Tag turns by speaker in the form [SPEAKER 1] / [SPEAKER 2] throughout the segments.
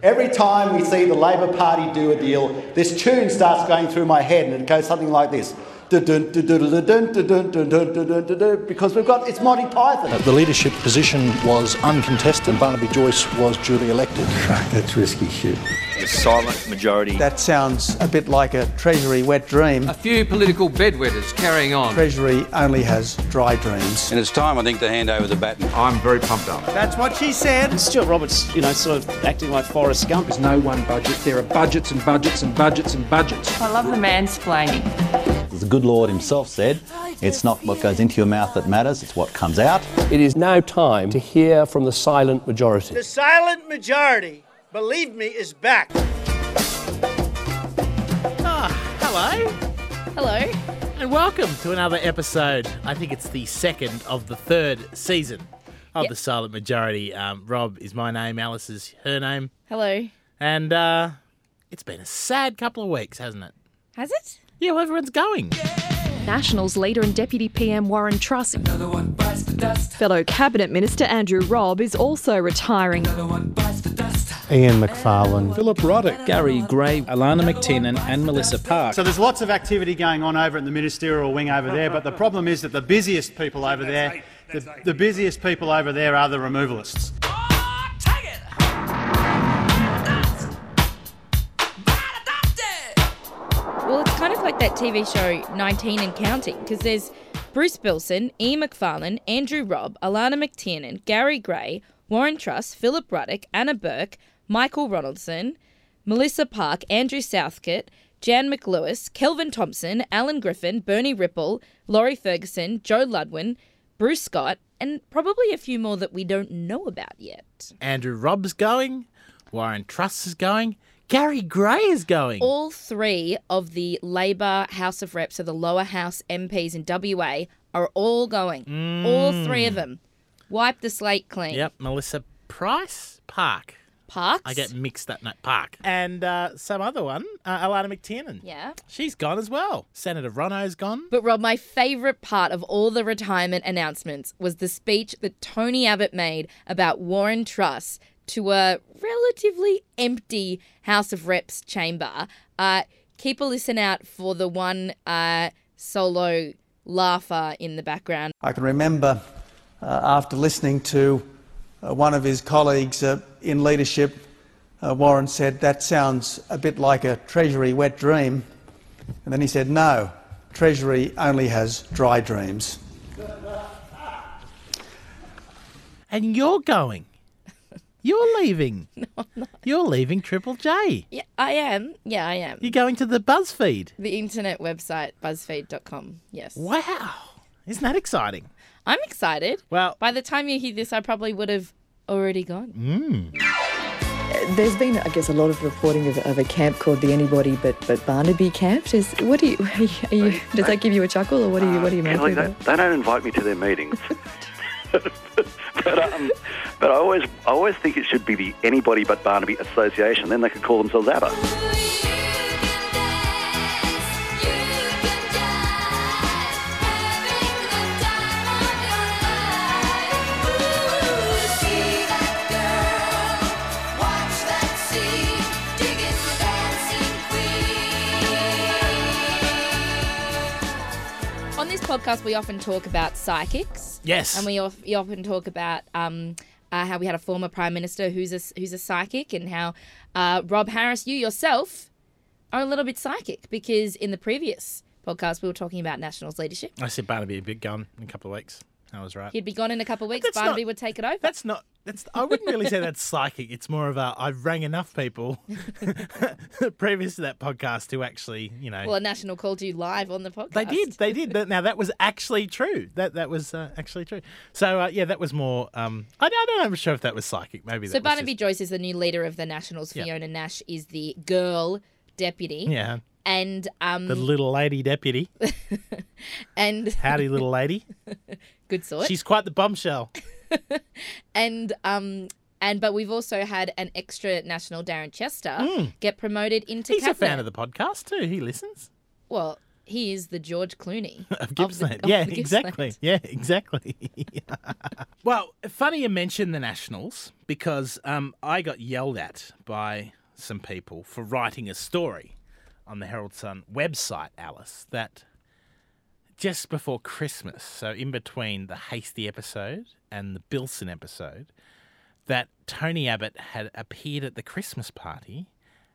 [SPEAKER 1] Every time we see the Labor Party do a deal, this tune starts going through my head and it goes something like this. Dun-dun, dun-dun, dun-dun, dun-dun, dun-dun, dun-dun, dun-dun, Because we've got, it's Monty Python.
[SPEAKER 2] Uh, The leadership position was uncontested. Barnaby Joyce was duly elected.
[SPEAKER 3] That's risky shit.
[SPEAKER 4] The silent majority.
[SPEAKER 5] That sounds a bit like a Treasury wet dream.
[SPEAKER 6] A few political bedwetters carrying on.
[SPEAKER 5] Treasury only has dry dreams.
[SPEAKER 7] And it's time, I think, to hand over the baton.
[SPEAKER 8] I'm very pumped up.
[SPEAKER 5] That's what she said.
[SPEAKER 9] Stuart Roberts, you know, sort of acting like Forrest Gump.
[SPEAKER 10] There's no one budget. There are budgets and budgets and budgets and budgets.
[SPEAKER 11] I love the mansplaining.
[SPEAKER 12] The good Lord himself said, it's not what goes into your mouth that matters, it's what comes out.
[SPEAKER 13] It is now time to hear from the silent majority.
[SPEAKER 14] The silent majority, believe me, is back.
[SPEAKER 15] Ah, hello.
[SPEAKER 11] Hello.
[SPEAKER 15] And welcome to another episode. I think it's the second of the third season of
[SPEAKER 11] Yep.
[SPEAKER 15] The Silent Majority. Um, Rob is my name, Alice is her name.
[SPEAKER 11] Hello.
[SPEAKER 15] And uh, it's been a sad couple of weeks, hasn't it?
[SPEAKER 11] Has it?
[SPEAKER 15] Yeah, well, everyone's going.
[SPEAKER 16] Nationals leader and Deputy PM Warren Truss. Fellow Cabinet Minister Andrew Robb is also retiring.
[SPEAKER 5] Ian McFarlane.
[SPEAKER 2] Philip Roddick.
[SPEAKER 10] Gary Gray, Alana McTiernan, and Melissa Park.
[SPEAKER 17] So there's lots of activity going on over in the ministerial wing over there, but the problem is that the busiest people over there, the, the busiest people over there are the removalists.
[SPEAKER 11] Well, it's kind of like that TV show 19 and Counting because there's Bruce Bilson, E. McFarlane, Andrew Robb, Alana McTiernan, Gary Gray, Warren Truss, Philip Ruddock, Anna Burke, Michael Ronaldson, Melissa Park, Andrew Southcott, Jan McLewis, Kelvin Thompson, Alan Griffin, Bernie Ripple, Laurie Ferguson, Joe Ludwin, Bruce Scott, and probably a few more that we don't know about yet.
[SPEAKER 15] Andrew Robb's going. Warren Truss is going. Gary Gray is going.
[SPEAKER 11] all three of the Labor House of Reps, so the lower house MPs in WA, are all going. All three of them. Wipe the slate clean.
[SPEAKER 15] Mm. Yep, Melissa Price Park.
[SPEAKER 11] Parks.
[SPEAKER 15] I get mixed up. No, Park. And uh, some other one, uh, Alana McTiernan.
[SPEAKER 11] Yeah.
[SPEAKER 15] She's gone as well. Senator Rono's gone.
[SPEAKER 11] But Rob, my favourite part of all the retirement announcements was the speech that Tony Abbott made about Warren Truss to a relatively empty House of Reps chamber. Uh, keep a listen out for the one uh, solo laugher in the background.
[SPEAKER 5] I can remember uh, after listening to uh, one of his colleagues uh, in leadership, uh, Warren said, That sounds a bit like a Treasury wet dream. And then he said, No, Treasury only has dry dreams.
[SPEAKER 15] And you're going. You're leaving. no, I'm not. You're leaving Triple J.
[SPEAKER 11] Yeah, I am. Yeah, I am.
[SPEAKER 15] You're going to the BuzzFeed.
[SPEAKER 11] The internet website, buzzfeed.com. Yes.
[SPEAKER 15] Wow. Isn't that exciting?
[SPEAKER 11] I'm excited.
[SPEAKER 15] Well-
[SPEAKER 11] by the time you hear this, I probably would have already gone.
[SPEAKER 15] Hmm.
[SPEAKER 18] There's been, I guess, a lot of reporting of, of a camp called the Anybody But But Barnaby Camp. Does what do you? Are you, are you does that give you a chuckle, or what do you? What do you make
[SPEAKER 7] Kelly,
[SPEAKER 18] of
[SPEAKER 7] they,
[SPEAKER 18] that?
[SPEAKER 7] they don't invite me to their meetings. but um, but I always I always think it should be the Anybody But Barnaby Association. Then they could call themselves ABBA.
[SPEAKER 11] On this podcast, we often talk about psychics.
[SPEAKER 15] Yes.
[SPEAKER 11] And we, of, we often talk about um, uh, how we had a former prime minister who's a, who's a psychic and how uh, Rob Harris, you yourself, are a little bit psychic because in the previous podcast, we were talking about Nationals leadership.
[SPEAKER 15] I said Barnaby would be gone in a couple of weeks. I was right.
[SPEAKER 11] He'd be gone in a couple of weeks.
[SPEAKER 15] Uh, That's not-
[SPEAKER 11] Barnaby would take it over.
[SPEAKER 15] That's not. That's. I wouldn't really say that's psychic. It's more of a. I've rang enough people previous to that podcast who actually, you know,
[SPEAKER 11] well, a national called you live on the podcast.
[SPEAKER 15] they did. They did. That- now that was actually true. That that was uh, actually true. So uh, yeah, that was more. Um, I, I don't know. I'm sure if that was psychic. Maybe.
[SPEAKER 11] So
[SPEAKER 15] that was
[SPEAKER 11] Barnaby
[SPEAKER 15] just-
[SPEAKER 11] Joyce is the new leader of the Nationals.
[SPEAKER 15] Yeah.
[SPEAKER 11] Fiona Nash is the girl deputy.
[SPEAKER 15] Yeah.
[SPEAKER 11] And um
[SPEAKER 15] The little lady deputy.
[SPEAKER 11] and
[SPEAKER 15] Howdy, little lady.
[SPEAKER 11] good sort.
[SPEAKER 15] She's quite the bombshell.
[SPEAKER 11] And um and but we've also had an extra national Darren Chester get promoted into
[SPEAKER 15] Hmm. He's a
[SPEAKER 11] cabinet.
[SPEAKER 15] fan of the podcast too. He listens.
[SPEAKER 11] well He is the George Clooney.
[SPEAKER 15] of Gippsland.
[SPEAKER 11] of
[SPEAKER 15] yeah,
[SPEAKER 11] the
[SPEAKER 15] exactly. Yeah, exactly. well, funny you mention the Nationals because um, I got yelled at by some people for writing a story on the Herald Sun website, Alice, that just before Christmas, so in between the Hasty episode and the Bilson episode, that Tony Abbott had appeared at the Christmas party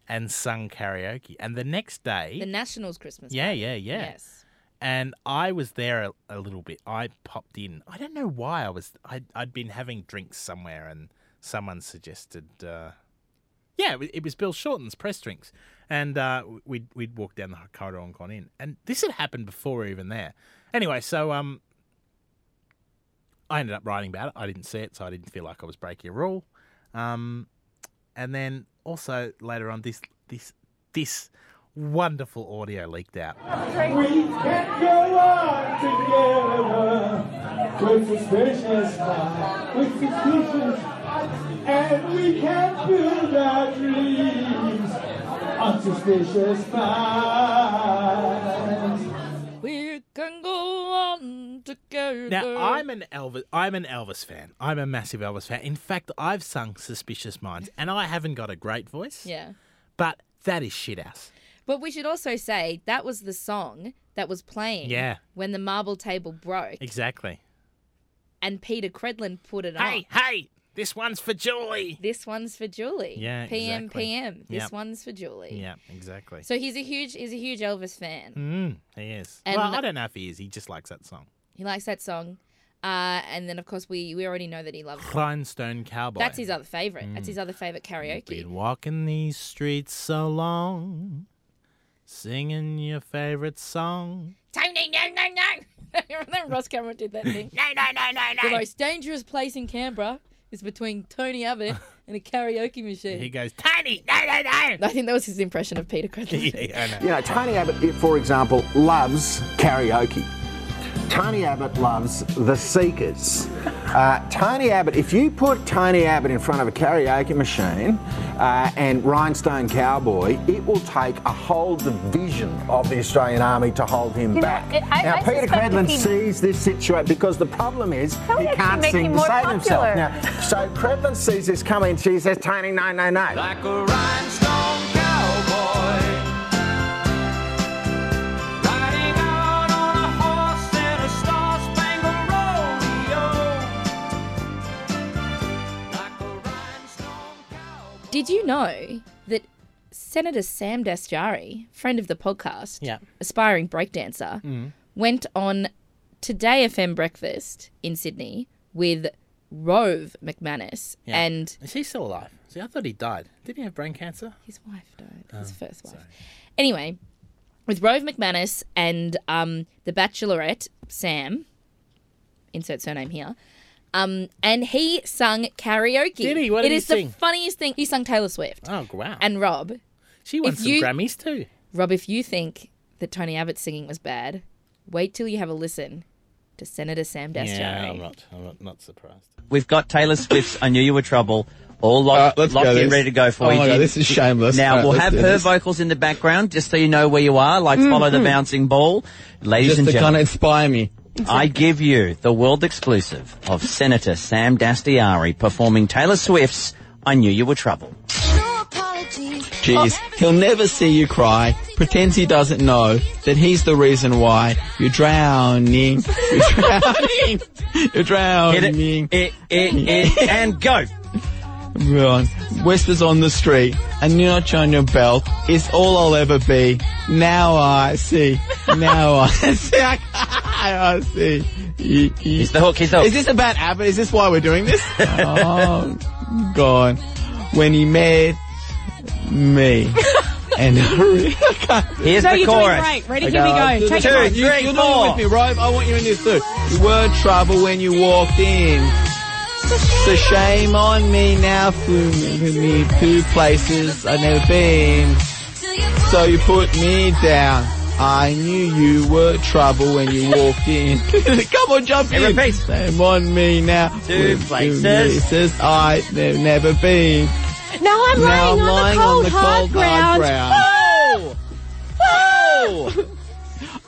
[SPEAKER 15] and sung karaoke. And the next day,
[SPEAKER 11] The Nationals Christmas.
[SPEAKER 15] yeah,
[SPEAKER 11] party.
[SPEAKER 15] yeah, yeah.
[SPEAKER 11] Yes.
[SPEAKER 15] And I was there a, a little bit. I popped in. I don't know why I was. I, I'd been having drinks somewhere, and someone suggested. Uh, yeah, it wa- it was Bill Shorten's press drinks, and uh, we'd we'd walked down the corridor and gone in, and this had happened before we were even there. Anyway, so um, I ended up writing about it. I didn't see it, so I didn't feel like I was breaking a rule. Um, and then also later on, this this this wonderful audio leaked out.
[SPEAKER 3] We can go on together with suspicious minds, with suspicious and we can build our dreams on suspicious minds.
[SPEAKER 11] We can go on together.
[SPEAKER 15] Now I'm an Elvis. I'm an Elvis fan. I'm a massive Elvis fan. In fact, I've sung "Suspicious Minds," and I haven't got a great voice.
[SPEAKER 11] Yeah.
[SPEAKER 15] But that is shit ass.
[SPEAKER 11] But we should also say that was the song that was playing
[SPEAKER 15] Yeah.
[SPEAKER 11] when the marble table broke
[SPEAKER 15] Exactly.
[SPEAKER 11] and Peter Credlin put it
[SPEAKER 15] Hey,
[SPEAKER 11] on.
[SPEAKER 15] hey, this one's for Julie.
[SPEAKER 11] This one's for Julie.
[SPEAKER 15] Yeah,
[SPEAKER 11] PM,
[SPEAKER 15] exactly.
[SPEAKER 11] PM. This
[SPEAKER 15] Yep.
[SPEAKER 11] one's for Julie.
[SPEAKER 15] Yeah, exactly.
[SPEAKER 11] So he's a huge he's a huge Elvis fan.
[SPEAKER 15] Mm, he is.
[SPEAKER 11] And-
[SPEAKER 15] well, I don't know if he is. He just likes that song.
[SPEAKER 11] He likes that song. Uh, and then of course we we already know that he loves
[SPEAKER 15] Rhinestone Cowboy.
[SPEAKER 11] That's his other favorite. That's
[SPEAKER 15] Oh, Mm.
[SPEAKER 11] his other favorite karaoke.
[SPEAKER 15] Been walking these streets so long, singing your favorite song.
[SPEAKER 11] Tony, no, no, no. Remember Ross Cameron did that thing? no, no, no, no, no. The most dangerous place in Canberra is between Tony Abbott and a karaoke machine.
[SPEAKER 15] He goes, Tony, no, no, no.
[SPEAKER 11] I think that was his impression of Peter Credlin.
[SPEAKER 8] You know, Tony Abbott, for example, loves karaoke. Tony Abbott loves The Seekers. Uh, Tony Abbott, if you put Tony Abbott in front of a karaoke machine uh, and Rhinestone Cowboy, it will take a whole division of the Australian Army to hold him
[SPEAKER 19] You know,
[SPEAKER 8] back.
[SPEAKER 19] it- I-
[SPEAKER 8] now,
[SPEAKER 19] I
[SPEAKER 8] Peter
[SPEAKER 19] suspect
[SPEAKER 8] Credlin
[SPEAKER 19] if he-
[SPEAKER 8] sees this situation because the problem is
[SPEAKER 19] That would
[SPEAKER 8] he
[SPEAKER 19] actually
[SPEAKER 8] can't
[SPEAKER 19] make
[SPEAKER 8] sing
[SPEAKER 19] him
[SPEAKER 8] to
[SPEAKER 19] more
[SPEAKER 8] save himself.
[SPEAKER 19] popular.
[SPEAKER 8] Now, so Credlin sees this coming and she says, Tony, no, no, no.
[SPEAKER 19] Like a rhinestone cowboy. Riding out on a horse in a star spangled rodeo.
[SPEAKER 11] Did you know that Senator Sam Dasjari, friend of the podcast,
[SPEAKER 15] Yeah.
[SPEAKER 11] aspiring breakdancer,
[SPEAKER 15] Mm.
[SPEAKER 11] went on Today FM Breakfast in Sydney with Rove McManus
[SPEAKER 15] Yeah.
[SPEAKER 11] and
[SPEAKER 15] Is he still alive? See, I thought he died. Did he have brain cancer?
[SPEAKER 11] His wife died. His
[SPEAKER 15] Oh,
[SPEAKER 11] first wife. Anyway, with Rove McManus and um, the Bachelorette Sam, insert surname here, um, and he sung karaoke.
[SPEAKER 15] Did he? What did
[SPEAKER 11] It
[SPEAKER 15] he
[SPEAKER 11] is
[SPEAKER 15] sing?
[SPEAKER 11] the funniest thing. He sung Taylor Swift.
[SPEAKER 15] Oh, wow.
[SPEAKER 11] And Rob,
[SPEAKER 15] She won
[SPEAKER 11] if
[SPEAKER 15] some
[SPEAKER 11] you-
[SPEAKER 15] Grammys too.
[SPEAKER 11] Rob, if you think that Tony Abbott's singing was bad, wait till you have a listen to Senator Sam Dastyari.
[SPEAKER 15] yeah, I'm not. I'm not, not surprised.
[SPEAKER 20] We've got Taylor Swift's I Knew You Were Trouble all locked,
[SPEAKER 21] Uh, let's
[SPEAKER 20] locked
[SPEAKER 21] go
[SPEAKER 20] in,
[SPEAKER 21] this.
[SPEAKER 20] ready to go for
[SPEAKER 21] Oh
[SPEAKER 20] you.
[SPEAKER 21] my God,
[SPEAKER 20] Jim.
[SPEAKER 21] this is shameless.
[SPEAKER 20] Now,
[SPEAKER 21] All right,
[SPEAKER 20] we'll
[SPEAKER 21] let's
[SPEAKER 20] have
[SPEAKER 21] do
[SPEAKER 20] her
[SPEAKER 21] this.
[SPEAKER 20] vocals in the background just so you know where you are, like follow the
[SPEAKER 21] Mhm.
[SPEAKER 20] bouncing ball. Ladies
[SPEAKER 21] Just
[SPEAKER 20] and
[SPEAKER 21] to
[SPEAKER 20] gentlemen.
[SPEAKER 21] kinda inspire me.
[SPEAKER 20] I give you the world exclusive of Senator Sam Dastiari performing Taylor Swift's I Knew You Were Trouble. Oh,
[SPEAKER 21] Jeez, he'll never see you cry. Pretends he doesn't know that he's the reason why you're drowning. You're drowning. You're drowning.
[SPEAKER 20] It, it, it, and go.
[SPEAKER 21] Right. Whispers on the street, a notch on your belt is all I'll ever be. Now I see. Now I see. I see. He's
[SPEAKER 20] the hook. He's the hook.
[SPEAKER 21] Is this about Abbott? Is this why we're doing this? oh, God. When he met me. And I can't do
[SPEAKER 20] Here's
[SPEAKER 21] it.
[SPEAKER 20] the No, you're doing chorus. great. Ready, here we go.
[SPEAKER 21] I'll do
[SPEAKER 20] Take
[SPEAKER 21] the
[SPEAKER 20] it
[SPEAKER 21] chorus.
[SPEAKER 20] back.
[SPEAKER 21] You-
[SPEAKER 20] Three,
[SPEAKER 21] You're
[SPEAKER 20] four.
[SPEAKER 21] doing it with me, Rove. I want you in this too. You were trouble when you walked in. So shame on me now, flew me to places I've never been. So you put me down. I knew you were trouble when you walked in. Come on, jump in. Shame on me now. Two
[SPEAKER 20] places.
[SPEAKER 21] places I've ne- never been.
[SPEAKER 19] Now I'm
[SPEAKER 21] Now
[SPEAKER 19] lying,
[SPEAKER 21] I'm
[SPEAKER 19] on,
[SPEAKER 21] lying
[SPEAKER 19] the cold,
[SPEAKER 21] on the
[SPEAKER 19] hard
[SPEAKER 21] cold, hard
[SPEAKER 19] ground.
[SPEAKER 21] ground.
[SPEAKER 19] Oh!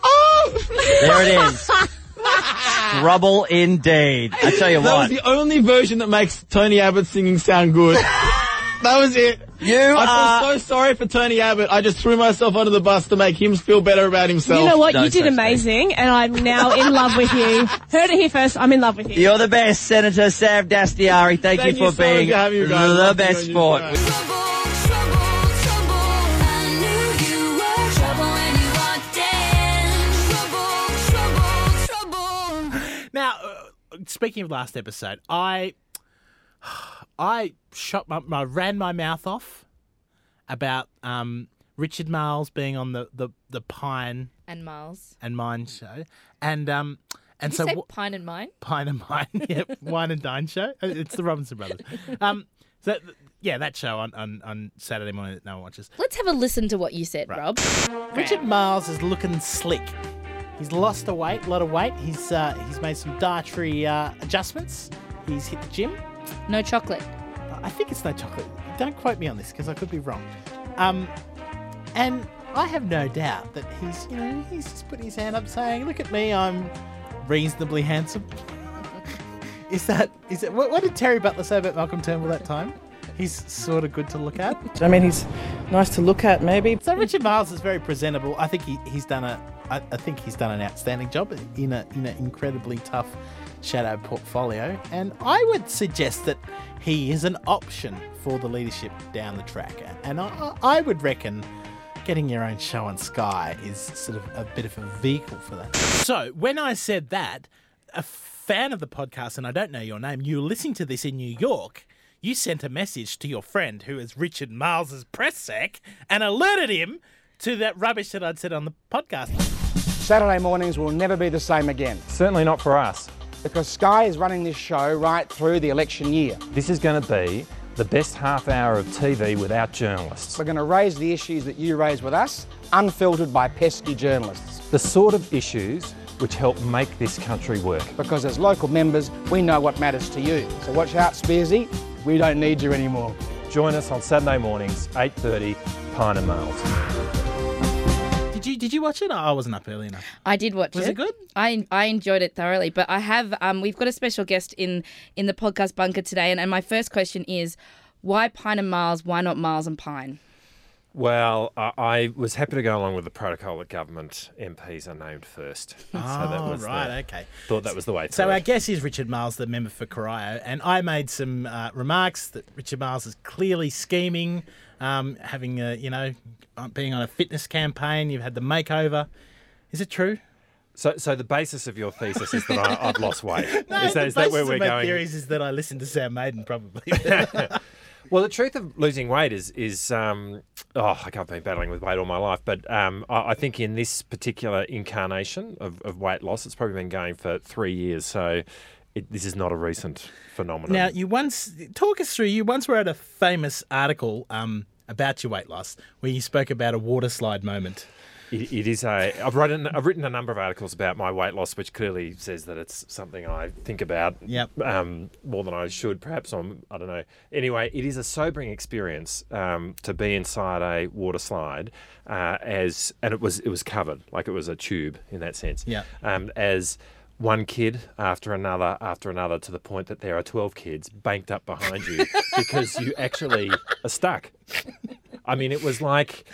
[SPEAKER 19] Oh!
[SPEAKER 20] There it is.
[SPEAKER 21] Trouble indeed.
[SPEAKER 20] I tell you
[SPEAKER 21] that
[SPEAKER 20] what.
[SPEAKER 21] was the only version that makes Tony Abbott singing sound good. that was it.
[SPEAKER 20] You
[SPEAKER 21] I
[SPEAKER 20] are-
[SPEAKER 21] feel so sorry for Tony Abbott. I just threw myself under the bus to make him feel better about himself.
[SPEAKER 1] You know what? you did amazing, and I'm now in love with you. Heard it here first. I'm in love with you.
[SPEAKER 20] You're the best, Senator Sam Dastiari. Thank,
[SPEAKER 21] Thank
[SPEAKER 20] you
[SPEAKER 21] you
[SPEAKER 20] for
[SPEAKER 21] so much
[SPEAKER 20] being
[SPEAKER 21] for having me, guys.
[SPEAKER 20] the
[SPEAKER 21] Love being
[SPEAKER 20] best
[SPEAKER 21] on your
[SPEAKER 20] sport.
[SPEAKER 15] Now, uh, speaking of last episode, I I shut my, my ran my mouth off about um, Richard Miles being on the, the, the Pine
[SPEAKER 11] And Miles.
[SPEAKER 15] and Mine show, and um and
[SPEAKER 11] Did
[SPEAKER 15] so
[SPEAKER 11] you say
[SPEAKER 15] wh-
[SPEAKER 11] Pine and Mine?
[SPEAKER 15] Pine and Mine, yeah, Wine and Dine show. Uh, It's the Robinson Brothers. Um, so that, yeah, that show on, on on Saturday morning that no one watches.
[SPEAKER 11] Let's have a listen to what you said, Rob.
[SPEAKER 15] Richard Miles is looking slick. He's lost a weight, a lot of weight. He's uh, he's made some dietary uh, adjustments. He's hit the gym.
[SPEAKER 11] No chocolate.
[SPEAKER 15] I think it's no chocolate. Don't quote me on this because I could be wrong. Um, and I have no doubt that he's you know he's just putting his hand up saying, "Look at me, I'm reasonably handsome." is that is it? What, what did Terry Butler say about Malcolm Turnbull that time? He's sort of good to look at.
[SPEAKER 22] I mean, he's nice to look at, maybe.
[SPEAKER 15] So Richard Miles is very presentable. I think he, he's done a I, I think he's done an outstanding job in a in an incredibly tough shadow portfolio. And I would suggest that he is an option for the leadership down the track. And I, I would reckon getting your own show on Sky is sort of a bit of a vehicle for that. So when I said that, a fan of the podcast, and I don't know your name, you were listening to this in New York. You sent a message to your friend who is Richard Miles's press sec and alerted him to that rubbish that I'd said on the podcast.
[SPEAKER 23] Saturday mornings will never be the same again. Certainly not for us. Because Sky is running this show right through the election year.
[SPEAKER 24] This is going to be the best half hour of TV without journalists.
[SPEAKER 23] We're going to raise the issues that you raise with us, unfiltered by pesky journalists.
[SPEAKER 24] The sort of issues which help make this country work.
[SPEAKER 23] Because as local members, we know what matters to you. So watch out, Spearsy. We don't need you anymore.
[SPEAKER 24] Join us on Saturday mornings, 8.30, Pine and Males.
[SPEAKER 15] Did you did you watch it? Oh, I wasn't up early enough.
[SPEAKER 11] I did watch
[SPEAKER 15] Was
[SPEAKER 11] it.
[SPEAKER 15] it good?
[SPEAKER 11] I I enjoyed it thoroughly. But I have um we've got a special guest in in the podcast bunker today, and, and my first question is, why Pine and Miles? Why not Miles and Pine?
[SPEAKER 24] Well, I, I was happy to go along with the protocol that government MPs are named first.
[SPEAKER 15] Oh, right, okay.
[SPEAKER 24] Thought that was the way to
[SPEAKER 15] So
[SPEAKER 24] it.
[SPEAKER 15] our guest is Richard Miles, the member for Corio, and I made some uh, remarks that Richard Miles is clearly scheming, um, having a, you know, being on a fitness campaign. You've had the makeover. Is it true?
[SPEAKER 24] So, so the basis of your thesis is that I, I've lost weight.
[SPEAKER 15] No,
[SPEAKER 24] is that,
[SPEAKER 15] the
[SPEAKER 24] is that
[SPEAKER 15] basis
[SPEAKER 24] where
[SPEAKER 15] of
[SPEAKER 24] we're
[SPEAKER 15] my
[SPEAKER 24] going?
[SPEAKER 15] Theories is that I listened to Sam Maiden probably.
[SPEAKER 24] Well, the truth of losing weight is is um, oh, like I've been battling with weight all my life, but um, I, I think in this particular incarnation of, of weight loss, it's probably been going for three years. So it, this is not a recent phenomenon.
[SPEAKER 15] Now, you once talk us through. You once wrote a famous article um, about your weight loss, where you spoke about a water slide moment.
[SPEAKER 24] It, it is a. I've written. I've written a number of articles about my weight loss, which clearly says that it's something I think about
[SPEAKER 15] Yep.
[SPEAKER 24] um, more than I should. Perhaps I'm. I don't know. Anyway, it is a sobering experience um, to be inside a water slide, uh, as and it was it was covered like it was a tube in that sense.
[SPEAKER 15] Yeah.
[SPEAKER 24] Um, as one kid after another after another to the point that there are 12 kids banked up behind you because you actually are stuck. I mean, it was like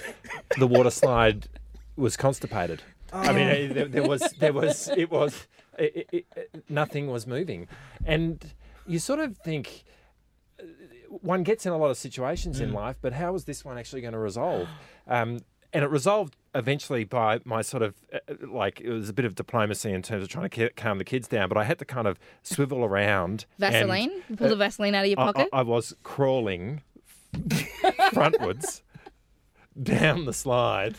[SPEAKER 24] the water slide was constipated. I mean,
[SPEAKER 25] Oh.
[SPEAKER 24] eh, there, there was, there was, it was, it, it, it, nothing was moving, and you sort of think eh, one gets in a lot of situations in
[SPEAKER 25] Mm.
[SPEAKER 24] life, but how is this one actually going to resolve? Um, and it resolved eventually by my sort of eh, eh, like it was a bit of diplomacy in terms of trying to ca- calm the kids down, but I had to kind of swivel around. and,
[SPEAKER 11] Vaseline?
[SPEAKER 15] uh,
[SPEAKER 11] You pull the
[SPEAKER 24] eh,
[SPEAKER 11] Vaseline out of your
[SPEAKER 24] I- I-
[SPEAKER 11] pocket?
[SPEAKER 24] I, was crawling frontwards down the slide.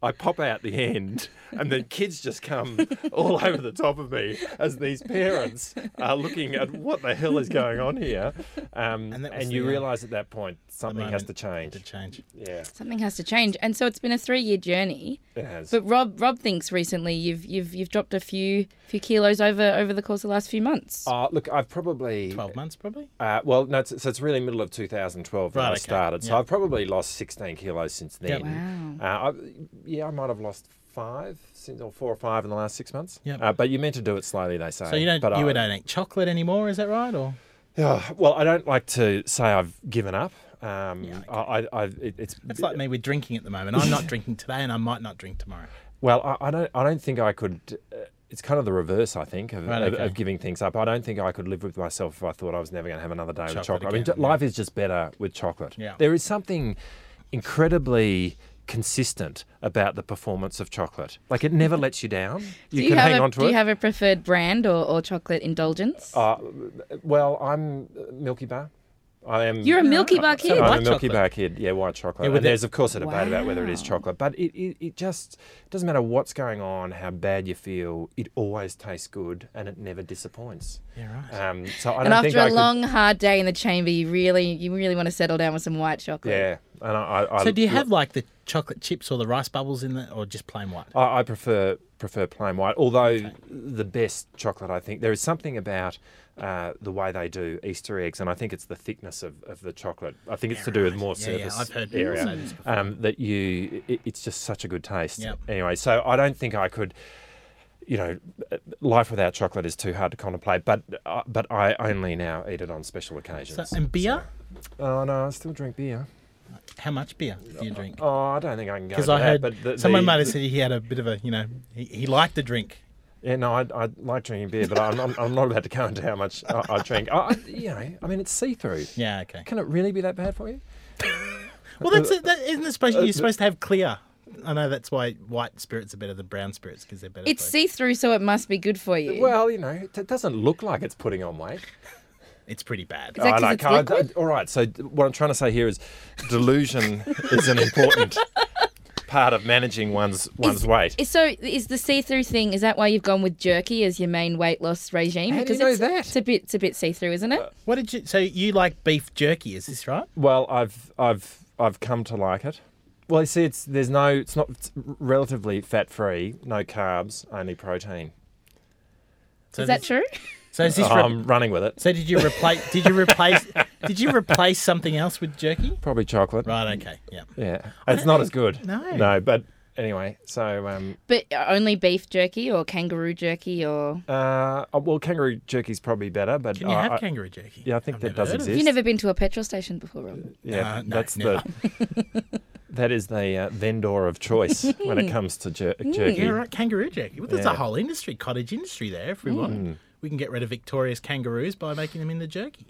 [SPEAKER 24] I pop out the end, and the kids just come all over the top of me as these parents are looking at what the hell is going on here. Um, and
[SPEAKER 15] that was
[SPEAKER 24] you
[SPEAKER 15] the, uh,
[SPEAKER 24] realise at that point something has
[SPEAKER 15] moment
[SPEAKER 24] to change. To
[SPEAKER 15] change.
[SPEAKER 24] Yeah.
[SPEAKER 11] Something has to change, and so it's been a three-year journey.
[SPEAKER 24] It has.
[SPEAKER 11] But Rob, Rob thinks recently you've you've you've dropped a few few kilos over over the course of the last few months.
[SPEAKER 24] Uh, look, I've probably twelve
[SPEAKER 15] months, probably.
[SPEAKER 24] Uh, well, no, it's, so it's really middle of 2012 when
[SPEAKER 15] Right,
[SPEAKER 24] I
[SPEAKER 15] okay.
[SPEAKER 24] started. So
[SPEAKER 15] Yeah.
[SPEAKER 24] I've probably lost 16 kilos since
[SPEAKER 15] Yeah.
[SPEAKER 24] then. Wow. Uh, I, yeah, I might have lost five since or four or five in the last six months.
[SPEAKER 15] Yep.
[SPEAKER 24] Uh, but you meant to do it slowly, they say.
[SPEAKER 15] So you don't
[SPEAKER 24] But
[SPEAKER 15] you
[SPEAKER 24] I,
[SPEAKER 15] don't eat chocolate anymore, is that right? Or
[SPEAKER 24] Yeah, well, I don't like to say I've given up. Um, I, I, I, it, it's
[SPEAKER 15] it's like me with drinking at the moment. I'm not drinking today, and I might not drink tomorrow.
[SPEAKER 24] Well, I, I don't. I don't think I could. Uh, it's kind of the reverse, I think, of,
[SPEAKER 15] Right,
[SPEAKER 24] of-
[SPEAKER 15] okay.
[SPEAKER 24] of giving things up. I don't think I could live with myself if I thought I was never going to have another day with
[SPEAKER 15] Chocolate
[SPEAKER 24] chocolate. I mean,
[SPEAKER 15] again,
[SPEAKER 24] d- life is just better with chocolate.
[SPEAKER 15] Yeah.
[SPEAKER 24] There is something incredibly consistent about the performance of chocolate. Like it never lets you down. You
[SPEAKER 11] do you
[SPEAKER 24] can
[SPEAKER 11] have
[SPEAKER 24] hang
[SPEAKER 11] a,
[SPEAKER 24] on to
[SPEAKER 11] Do
[SPEAKER 24] it.
[SPEAKER 11] you have a preferred brand or, or chocolate indulgence?
[SPEAKER 24] Uh, well, I'm uh, Milky Bar. I am.
[SPEAKER 11] You're a Milky Bar kid?
[SPEAKER 24] I'm
[SPEAKER 11] White
[SPEAKER 24] a Milky
[SPEAKER 11] chocolate.
[SPEAKER 24] Bar kid. Yeah, white chocolate.
[SPEAKER 15] Yeah, with
[SPEAKER 24] and
[SPEAKER 15] it-
[SPEAKER 24] there's of course a debate about whether it is chocolate, but it, it, it just doesn't matter what's going on, how bad you feel. It always tastes good, and it never disappoints.
[SPEAKER 15] Yeah, right.
[SPEAKER 24] Um, so I
[SPEAKER 11] and
[SPEAKER 24] don't
[SPEAKER 11] after
[SPEAKER 24] think
[SPEAKER 11] a
[SPEAKER 24] I could-
[SPEAKER 11] long, hard day in the chamber, you really, you really want to settle down with some white chocolate.
[SPEAKER 24] yeah, and I. I, I
[SPEAKER 15] so do you have like the chocolate chips or the rice bubbles in there, or just plain white?
[SPEAKER 24] I, I prefer prefer plain white. Although the best chocolate, I think there is something about uh, the way they do Easter eggs, and I think it's the thickness of, of the chocolate. I think it's to do with more
[SPEAKER 15] Yeah, yeah,
[SPEAKER 24] surface
[SPEAKER 15] I've heard people
[SPEAKER 24] area.
[SPEAKER 15] say this
[SPEAKER 24] Um, that you, it, it's just such a good taste.
[SPEAKER 15] Yep.
[SPEAKER 24] Anyway, so I don't think I could. You know, life without chocolate is too hard to contemplate. But uh, but I only now eat it on special
[SPEAKER 15] So,
[SPEAKER 24] occasions.
[SPEAKER 15] and beer?
[SPEAKER 24] Oh no, I still drink beer.
[SPEAKER 15] How much beer do you drink?
[SPEAKER 24] Oh, I don't think I can go.
[SPEAKER 15] Because
[SPEAKER 24] to
[SPEAKER 15] I
[SPEAKER 24] that,
[SPEAKER 15] heard
[SPEAKER 24] but the-
[SPEAKER 15] someone
[SPEAKER 24] the-
[SPEAKER 15] might have said he had a bit of a, you know, he, he liked to drink.
[SPEAKER 24] Yeah, no, I, I like drinking beer, but I'm, I'm, I'm not about to go into how much I, I drink. I, I, you know, I mean, it's see through.
[SPEAKER 15] Yeah, okay.
[SPEAKER 24] Can it really be that bad for you?
[SPEAKER 15] Well, that's it. That, isn't it supposed
[SPEAKER 24] uh,
[SPEAKER 15] you're supposed to have clear? I know that's why white spirits are better than brown spirits because they're better.
[SPEAKER 11] It's
[SPEAKER 15] for-
[SPEAKER 11] see through, so it must be good for you.
[SPEAKER 24] Well, you know, it d- doesn't look like it's putting on weight.
[SPEAKER 15] it's pretty bad.
[SPEAKER 11] Is that 'cause
[SPEAKER 24] I know,
[SPEAKER 11] it's
[SPEAKER 24] can't-
[SPEAKER 11] liquid?
[SPEAKER 24] all right, so d- what I'm trying to say here is delusion is an important part of managing one's one's weight.
[SPEAKER 11] Is- So is the see-through thing? Is that why you've gone with jerky as your main weight loss regime?
[SPEAKER 24] How do
[SPEAKER 11] because
[SPEAKER 24] you know
[SPEAKER 11] it's, that? It's a bit, it's a bit see-through, isn't it?
[SPEAKER 15] What did you? So you like beef jerky? Is this right?
[SPEAKER 24] Well, I've I've I've come to like it. Well, you see, it's there's no, it's not it's relatively fat free, no carbs, only protein.
[SPEAKER 11] Is that true?
[SPEAKER 15] So is this?
[SPEAKER 24] Oh,
[SPEAKER 15] re-
[SPEAKER 24] I'm running with it.
[SPEAKER 15] so did you replace? did you replace? did you replace something else with jerky?
[SPEAKER 24] Probably chocolate.
[SPEAKER 15] Right. Okay. Yeah.
[SPEAKER 24] Yeah, it's not as good.
[SPEAKER 11] No.
[SPEAKER 24] no, but anyway, so um,
[SPEAKER 11] But only beef jerky or kangaroo jerky or.
[SPEAKER 24] uh, oh, well, kangaroo jerky's probably better, but
[SPEAKER 11] Can you
[SPEAKER 24] I-
[SPEAKER 11] have
[SPEAKER 24] I-
[SPEAKER 11] kangaroo jerky?
[SPEAKER 24] Yeah, I think that does
[SPEAKER 11] Have
[SPEAKER 24] exist.
[SPEAKER 11] you never been to a petrol station before, Rob?
[SPEAKER 24] Yeah,
[SPEAKER 15] Uh, no,
[SPEAKER 24] that's
[SPEAKER 15] never.
[SPEAKER 24] the that is the uh, vendor of choice when it comes to jer- jerky.
[SPEAKER 15] Yeah, right. Kangaroo jerky. Well, there's
[SPEAKER 24] Yeah.
[SPEAKER 15] a whole industry, cottage industry there. If we want,
[SPEAKER 24] Mm.
[SPEAKER 15] we can get rid of Victoria's kangaroos by making them into jerky.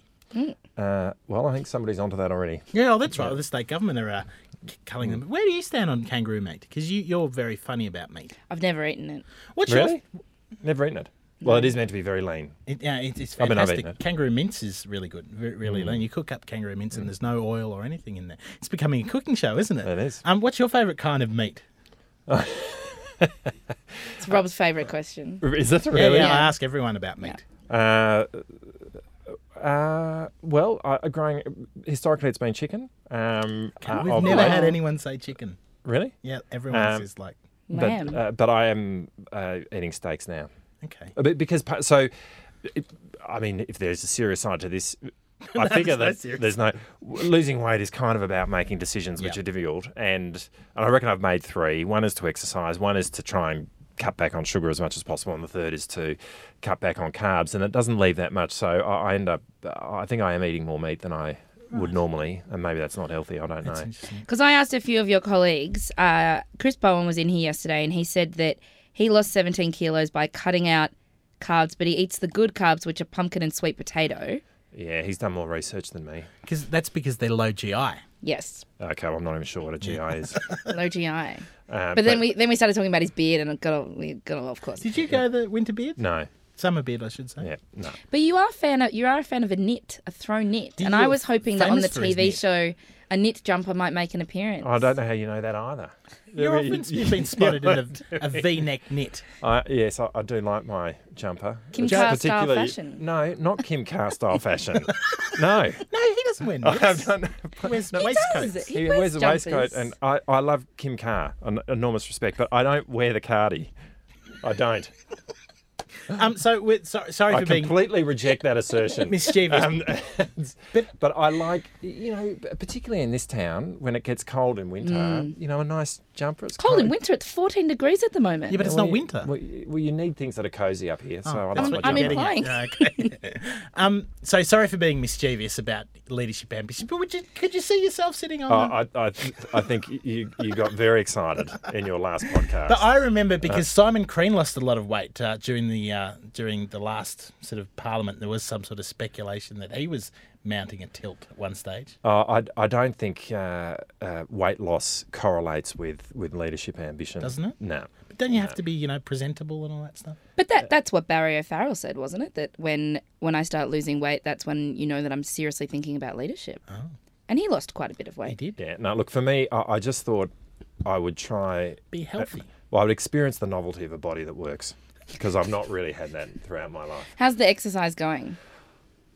[SPEAKER 24] Uh, well, I think somebody's onto that already.
[SPEAKER 15] Yeah, well, that's right. The state government are uh, c- culling
[SPEAKER 24] Hmm.
[SPEAKER 15] them. Where do you stand on kangaroo meat? Because you, you're very funny about meat.
[SPEAKER 11] I've never eaten it.
[SPEAKER 15] What's
[SPEAKER 24] really? Never eaten it. Well, it is meant to be very lean.
[SPEAKER 15] your? It, yeah, it, it's
[SPEAKER 24] I mean, I've
[SPEAKER 15] fantastic.
[SPEAKER 24] eaten it.
[SPEAKER 15] Kangaroo mince is really good, re- really
[SPEAKER 24] Mm.
[SPEAKER 15] lean. You cook up kangaroo mince, and there's no oil or anything in there. It's becoming a cooking show, isn't it? It
[SPEAKER 24] is.
[SPEAKER 15] Um, what's your favourite kind of meat?
[SPEAKER 11] It's Rob's favourite question.
[SPEAKER 24] Is it
[SPEAKER 15] Yeah,
[SPEAKER 24] really?
[SPEAKER 15] Yeah, I ask everyone about meat.
[SPEAKER 24] Uh, uh, well, I, I growing historically, it's been chicken. Um, uh,
[SPEAKER 15] We've
[SPEAKER 24] of
[SPEAKER 15] never
[SPEAKER 24] late.
[SPEAKER 15] had anyone say chicken.
[SPEAKER 24] Really?
[SPEAKER 15] Yeah, everyone
[SPEAKER 24] Um,
[SPEAKER 15] says like
[SPEAKER 24] But, uh, but I am uh, eating steaks now.
[SPEAKER 15] Okay.
[SPEAKER 24] Uh, be- Because pa- so, it, I mean, if there's a serious side to this, I
[SPEAKER 15] There's
[SPEAKER 24] figure
[SPEAKER 15] no
[SPEAKER 24] that
[SPEAKER 15] serious
[SPEAKER 24] there's no w- losing weight is kind of about making decisions which
[SPEAKER 15] Yeah.
[SPEAKER 24] are difficult, and and I reckon I've made three. One is to exercise. One is to try and cut back on sugar as much as possible, and the third is to cut back on carbs, and it doesn't leave that much. So I, I end up, I think I am eating more meat than I would normally, and maybe that's not healthy. I don't know.
[SPEAKER 11] Because I asked a few of your colleagues. Uh, Chris Bowen was in here yesterday, and he said that he lost 17 kilos by cutting out carbs, but he eats the good carbs, which are pumpkin and sweet potato.
[SPEAKER 24] Yeah, he's done more research than me.
[SPEAKER 15] because that's because they're low GI.
[SPEAKER 11] Yes,
[SPEAKER 24] Okay, well, I'm not even sure what a GI is.
[SPEAKER 11] low GI. but,
[SPEAKER 24] Uh,
[SPEAKER 11] then we then we started talking about his beard, and it got all, we got all off course.
[SPEAKER 15] Did you go the winter beard?
[SPEAKER 24] no.
[SPEAKER 15] Summer beard, I should say.
[SPEAKER 24] Yeah, no.
[SPEAKER 11] But you are a fan of you are a fan of a knit, a thrown knit,
[SPEAKER 15] Yeah,
[SPEAKER 11] and I was hoping that on the
[SPEAKER 24] famous for his
[SPEAKER 11] TV
[SPEAKER 24] knit. Oh,
[SPEAKER 11] show a knit jumper might make an appearance.
[SPEAKER 24] I don't know how you know that either.
[SPEAKER 15] You're
[SPEAKER 24] Really-
[SPEAKER 15] often you've been spotted in a, a
[SPEAKER 24] doing-
[SPEAKER 15] V-neck knit.
[SPEAKER 24] I, yes, I, I do like my jumper.
[SPEAKER 15] Kim
[SPEAKER 24] It's
[SPEAKER 15] Carr style
[SPEAKER 24] particularly-
[SPEAKER 15] fashion.
[SPEAKER 24] No, not Kim Carr style fashion. No.
[SPEAKER 15] No, he doesn't wear
[SPEAKER 24] I
[SPEAKER 15] knits.
[SPEAKER 24] have done-
[SPEAKER 15] He wears
[SPEAKER 24] no,
[SPEAKER 15] waistcoats.
[SPEAKER 24] He, wears, a waistcoat, and I, I love Kim Carr, an enormous respect, but I don't wear the cardi. I don't.
[SPEAKER 15] Um, so, with, so sorry
[SPEAKER 24] I
[SPEAKER 15] for being
[SPEAKER 24] completely reject that assertion.
[SPEAKER 15] Mischievous.
[SPEAKER 24] Um, but, but I like, you know, particularly in this town when it gets cold in winter,
[SPEAKER 11] Mm.
[SPEAKER 24] you know, a nice jumper. It's
[SPEAKER 11] Cold in winter. It's 14 degrees at the moment.
[SPEAKER 24] Well, you- Well, you, well, you need things that are cozy up here.
[SPEAKER 15] Oh,
[SPEAKER 24] so I
[SPEAKER 15] that's
[SPEAKER 24] like
[SPEAKER 15] what
[SPEAKER 24] my
[SPEAKER 15] you're
[SPEAKER 24] jumper.
[SPEAKER 15] getting at. Okay. um, so sorry for being mischievous about leadership ambition, but would you could you see yourself sitting on?
[SPEAKER 24] Oh,
[SPEAKER 15] one?
[SPEAKER 24] I, I, I think you, you got very excited in your last podcast.
[SPEAKER 15] But I remember because Simon Crean lost a lot of weight uh, during the uh, during the last sort of Parliament. There was some sort of speculation that he was mounting a tilt at one stage.
[SPEAKER 24] Uh, I, I don't think uh, uh, weight loss correlates with, with leadership ambition.
[SPEAKER 15] Doesn't it?
[SPEAKER 24] No.
[SPEAKER 15] But don't you have to be you know presentable and all that stuff?
[SPEAKER 11] But that that's what Barry O'Farrell said, wasn't it? That when when I start losing weight, that's when you know that I'm seriously thinking about leadership.
[SPEAKER 24] Oh.
[SPEAKER 11] And he lost quite a bit of weight. He
[SPEAKER 15] did.
[SPEAKER 24] Yeah, no, look, for me, I, I just thought I would try.
[SPEAKER 15] Be healthy.
[SPEAKER 24] well, I would experience the novelty of a body that works because I've not really had that throughout my life.
[SPEAKER 11] How's the exercise going?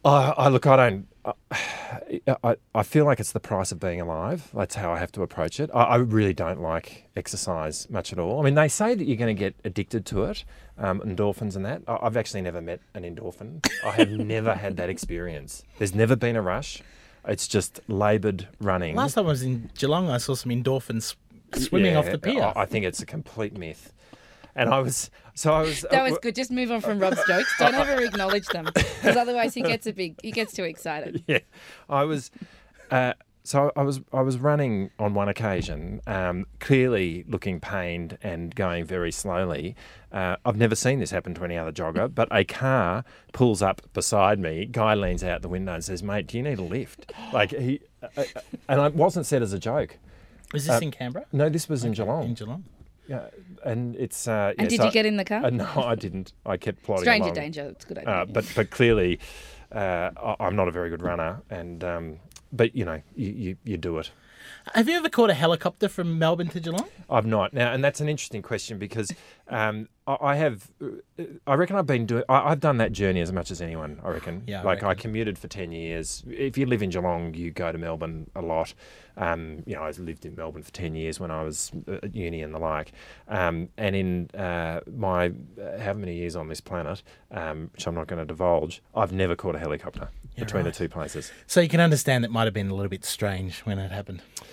[SPEAKER 24] I, I look, I don't. I, I, I feel like it's the price of being alive. That's how I have to approach it. I, I really don't like exercise much at all. I mean, they say that you're going to get addicted to it, um, endorphins and that. I, I've actually never met an endorphin. I have never had that experience. There's never been a rush. It's just laboured running.
[SPEAKER 15] Last time I was in Geelong, I saw some endorphins swimming off
[SPEAKER 24] Yeah,
[SPEAKER 15] the pier.
[SPEAKER 24] I, I think it's a complete myth. And I was, so I was. uh,
[SPEAKER 11] That was good. Just move on from Rob's jokes. Don't ever acknowledge them, because otherwise he gets a big he gets too excited.
[SPEAKER 24] yeah, I was. Uh, so I was I was running on one occasion, um, clearly looking pained and going very slowly. Uh, I've never seen this happen to any other jogger, but a car pulls up beside me. Guy leans out the window and says, "Mate, do you need a lift?" Like he, uh, uh, and it wasn't said as a joke. Uh,
[SPEAKER 15] Was this in Canberra?
[SPEAKER 24] No, this was in Geelong. In
[SPEAKER 15] Geelong.
[SPEAKER 24] Yeah, and it's. Uh,
[SPEAKER 11] And
[SPEAKER 24] yeah,
[SPEAKER 11] did
[SPEAKER 24] so-
[SPEAKER 11] you get in the car?
[SPEAKER 24] Uh, no, I didn't. I kept plodding.
[SPEAKER 11] Stranger
[SPEAKER 24] along.
[SPEAKER 11] danger. It's a good
[SPEAKER 24] Uh,
[SPEAKER 11] idea.
[SPEAKER 24] but but clearly, uh, I- I'm not a very good runner, and um, but you know you, you, you do it.
[SPEAKER 15] Have you ever caught a helicopter from Melbourne to Geelong?
[SPEAKER 24] I've not now, and that's an interesting question because um, I, I have. uh, I reckon I've been doing. I, I've done that journey as much as anyone. I reckon.
[SPEAKER 15] Yeah, I
[SPEAKER 24] Like I commuted for ten years. If you live in Geelong, you go to Melbourne a lot. Um, you know, I lived in Melbourne for ten years when I was uh, at uni and the like. Um, and in uh, my uh, how many years on this planet, um, which I'm not going to divulge, I've never caught a helicopter
[SPEAKER 15] Yeah,
[SPEAKER 24] between
[SPEAKER 15] right.
[SPEAKER 24] the two places.
[SPEAKER 15] So you can understand it might have been a little bit strange when it happened. Is-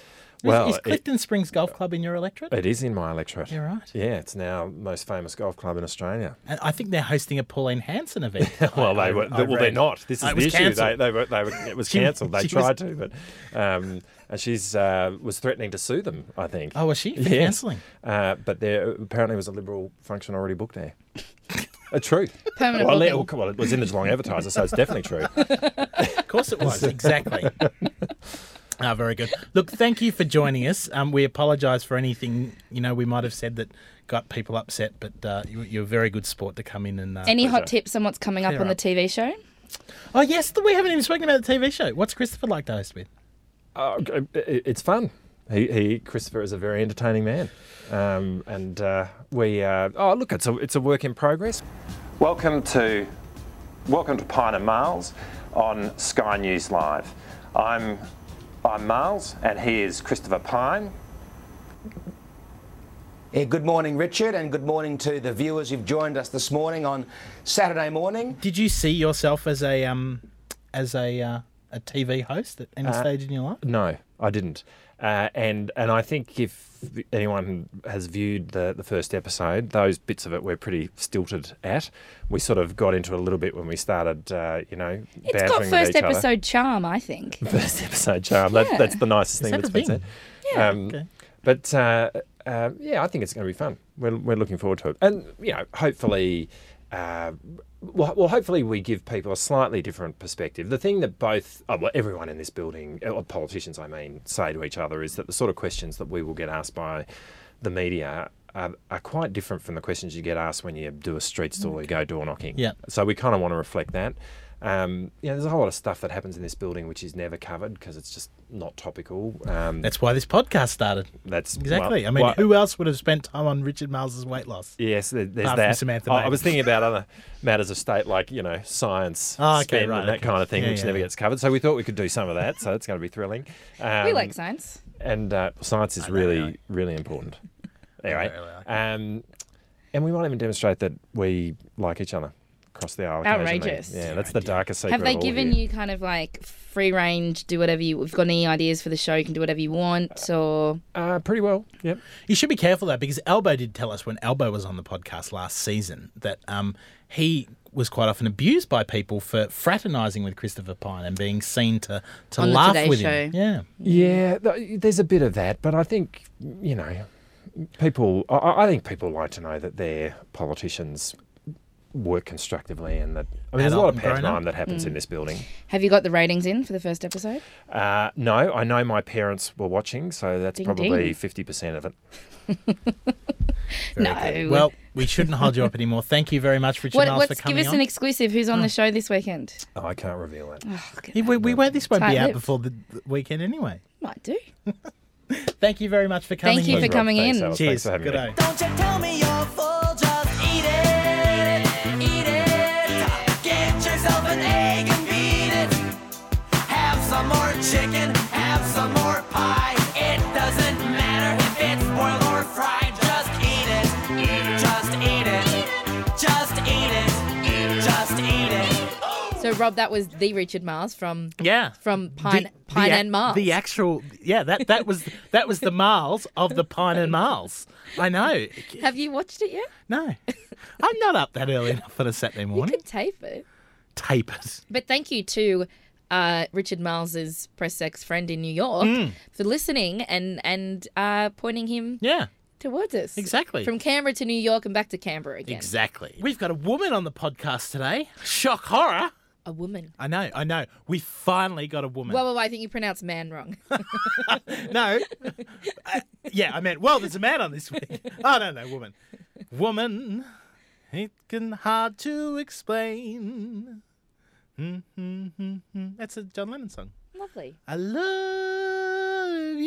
[SPEAKER 24] Well,
[SPEAKER 15] is,
[SPEAKER 24] it-
[SPEAKER 15] Clifton Springs Golf Club in your electorate?
[SPEAKER 24] It is in my electorate.
[SPEAKER 15] Yeah, right.
[SPEAKER 24] Yeah, it's now most famous golf club in Australia.
[SPEAKER 15] And I think they're hosting a Pauline Hanson event.
[SPEAKER 24] well,
[SPEAKER 15] I-
[SPEAKER 24] they were.
[SPEAKER 15] I
[SPEAKER 24] well, they're
[SPEAKER 15] read.
[SPEAKER 24] not. This
[SPEAKER 15] I
[SPEAKER 24] is the
[SPEAKER 15] was
[SPEAKER 24] issue. They,
[SPEAKER 15] cancelled.
[SPEAKER 24] they were. They were. It was
[SPEAKER 15] She-
[SPEAKER 24] cancelled. They
[SPEAKER 15] she was-
[SPEAKER 24] tried to, but um, and she's uh, was threatening to sue them. I think.
[SPEAKER 15] Oh, was she? For cancelling?
[SPEAKER 24] Uh, but there apparently was a liberal function already booked there. A true.
[SPEAKER 15] Permanent
[SPEAKER 24] Well,
[SPEAKER 15] booking.
[SPEAKER 24] le- well, well, it was in the Geelong Advertiser, so it's definitely true.
[SPEAKER 15] Of course it was. Exactly. Ah, very good. Look, thank you for joining us. Um, we apologise for anything you know we might have said that got people upset, but uh, you, you're a very good sport to come in and. Uh,
[SPEAKER 11] Any hot tips on what's coming up
[SPEAKER 15] Clear
[SPEAKER 11] on the
[SPEAKER 15] up.
[SPEAKER 11] TV show?
[SPEAKER 15] Oh yes, we haven't even spoken about the TV show. What's Christopher like to host with?
[SPEAKER 24] Uh, it- it's fun. He, he, Christopher is a very entertaining man, um, and uh, we. Uh, oh, look, it's a it's a work in progress. Welcome to, welcome to Pine and Miles, on Sky News Live. I'm, I'm Miles, and he is Christopher Pine.
[SPEAKER 4] Yeah, good morning, Richard, and good morning to the viewers who've joined us this morning on Saturday morning.
[SPEAKER 15] Did you see yourself as a um, as a uh, a TV host at any
[SPEAKER 24] Uh,
[SPEAKER 15] stage in your life?
[SPEAKER 24] No, I didn't. Uh, and and I think if anyone has viewed the, the first episode, those bits of it we're pretty stilted at. We sort of got into it a little bit when we started, uh, you know,
[SPEAKER 11] It's
[SPEAKER 24] bantering
[SPEAKER 11] got
[SPEAKER 24] with
[SPEAKER 11] first
[SPEAKER 24] each other.
[SPEAKER 11] episode charm, I think.
[SPEAKER 24] First episode charm. That,
[SPEAKER 11] Yeah.
[SPEAKER 24] That's the nicest
[SPEAKER 11] Is
[SPEAKER 24] thing
[SPEAKER 11] that
[SPEAKER 24] that's
[SPEAKER 11] a
[SPEAKER 24] been
[SPEAKER 11] thing?
[SPEAKER 24] said.
[SPEAKER 11] Yeah,
[SPEAKER 24] Um,
[SPEAKER 11] okay.
[SPEAKER 24] But uh, uh, yeah, I think it's going to be fun. We're, we're looking forward to it. And, you know, hopefully. Uh, well, well, hopefully we give people a slightly different perspective. The thing that both, oh, well, everyone in this building, or politicians, I mean, say to each other is that the sort of questions that we will get asked by the media are, are quite different from the questions you get asked when you do a street stall or you go door knocking.
[SPEAKER 15] Yeah.
[SPEAKER 24] So we kind of want to reflect that. Um, you know, there's a whole lot of stuff that happens in this building which is never covered because it's just not topical. Um,
[SPEAKER 15] That's why this podcast started.
[SPEAKER 24] That's
[SPEAKER 15] Exactly.
[SPEAKER 24] well-
[SPEAKER 15] I mean,
[SPEAKER 24] well-
[SPEAKER 15] who else would have spent time on Richard Miles's weight loss?
[SPEAKER 24] Yes, there- there's
[SPEAKER 15] Apart from
[SPEAKER 24] that.
[SPEAKER 15] Samantha
[SPEAKER 24] I- I
[SPEAKER 15] Maiden.
[SPEAKER 24] was thinking about other matters of state, like you know, science,
[SPEAKER 15] Ah, okay,
[SPEAKER 24] spend,
[SPEAKER 15] right,
[SPEAKER 24] and that
[SPEAKER 15] okay.
[SPEAKER 24] kind of thing,
[SPEAKER 15] Yeah,
[SPEAKER 24] which
[SPEAKER 15] yeah,
[SPEAKER 24] never
[SPEAKER 15] yeah.
[SPEAKER 24] gets covered. So we thought we could do some of that. So it's going to be thrilling.
[SPEAKER 11] we
[SPEAKER 24] Um,
[SPEAKER 11] like science.
[SPEAKER 24] and uh, science is really, really important. Anyway, um, And we might even demonstrate that we like each other across the aisle. occasionally.
[SPEAKER 11] Outrageous.
[SPEAKER 24] Yeah, that's the darkest secret.
[SPEAKER 11] Have they
[SPEAKER 24] of all
[SPEAKER 11] given
[SPEAKER 24] here.
[SPEAKER 11] you kind of like free range, do whatever you? We've got any ideas for the show? You can do whatever you want, or
[SPEAKER 24] uh, pretty well. Yep.
[SPEAKER 15] You should be careful though, because Elbo did tell us when Elbo was on the podcast last season that um, he was quite often abused by people for fraternising with Christopher Pine and being seen to, to
[SPEAKER 24] On the
[SPEAKER 15] laugh
[SPEAKER 24] Today
[SPEAKER 15] with him.
[SPEAKER 24] Show.
[SPEAKER 15] Yeah.
[SPEAKER 24] Yeah, th- there's a bit of that, but I think you know, people. I- I, I think people like to know that their politicians work constructively, and that I mean, there's a
[SPEAKER 11] Adult
[SPEAKER 24] lot of
[SPEAKER 11] and grown up.
[SPEAKER 24] pantomime that happens in
[SPEAKER 11] Mm.
[SPEAKER 24] this building.
[SPEAKER 11] have you got the ratings in for the first episode?
[SPEAKER 24] Uh, no, I know my parents were watching, so that's
[SPEAKER 11] Ding,
[SPEAKER 24] probably
[SPEAKER 11] ding.
[SPEAKER 24] fifty percent of it.
[SPEAKER 11] No.
[SPEAKER 15] Well, we shouldn't hold you up anymore. Thank you very much, Richard
[SPEAKER 11] What,
[SPEAKER 15] Miles, for
[SPEAKER 11] what's give
[SPEAKER 15] coming
[SPEAKER 11] us
[SPEAKER 15] on.
[SPEAKER 11] an exclusive? Who's on the show this weekend?
[SPEAKER 24] oh, I can't reveal it.
[SPEAKER 11] Oh, good.
[SPEAKER 15] Yeah, we, we won't. This won't be out
[SPEAKER 11] Tight-lipped.
[SPEAKER 15] before the the weekend anyway.
[SPEAKER 11] Might do.
[SPEAKER 15] Thank you very much for coming.
[SPEAKER 11] Thank you
[SPEAKER 15] in.
[SPEAKER 11] for Thanks, Rob. coming Thanks, in. Alice.
[SPEAKER 15] Cheers.
[SPEAKER 24] Thanks for having
[SPEAKER 15] Good
[SPEAKER 24] me.
[SPEAKER 15] day.
[SPEAKER 19] Don't you tell me you're full, just eat it, eat it. Get yourself an egg and beat it. Have some more chicken, have some more pie. It doesn't matter if it's boiled or fried, just eat it, just eat it, just eat it, just eat it.
[SPEAKER 11] So, Rob, that was the Richard Miles from
[SPEAKER 15] Yeah.
[SPEAKER 11] from Pine
[SPEAKER 15] The-
[SPEAKER 11] Pine
[SPEAKER 15] the ac-
[SPEAKER 11] and Miles.
[SPEAKER 15] The actual yeah that that was that was the Miles of the Pine and Miles. I know.
[SPEAKER 11] have you watched it yet?
[SPEAKER 15] No, I'm not up that early enough on a Saturday morning.
[SPEAKER 11] Could tape it.
[SPEAKER 15] Tape it.
[SPEAKER 11] But thank you to uh, Richard Miles's press sex friend in New York
[SPEAKER 15] Mm.
[SPEAKER 11] for listening and and uh, pointing him
[SPEAKER 15] yeah
[SPEAKER 11] towards us
[SPEAKER 15] Exactly.
[SPEAKER 11] from Canberra to New York and back to Canberra again.
[SPEAKER 15] Exactly. We've got a woman on the podcast today. Shock horror.
[SPEAKER 11] A woman.
[SPEAKER 15] I know. I know. We finally got a woman.
[SPEAKER 11] Well, well, I think you pronounced man wrong.
[SPEAKER 15] no. Uh, yeah, I meant, well, there's a man on this week. Oh, no, no, woman. Woman, it can hard to explain. Mm-hmm. That's a John Lennon song.
[SPEAKER 11] Lovely.
[SPEAKER 15] I love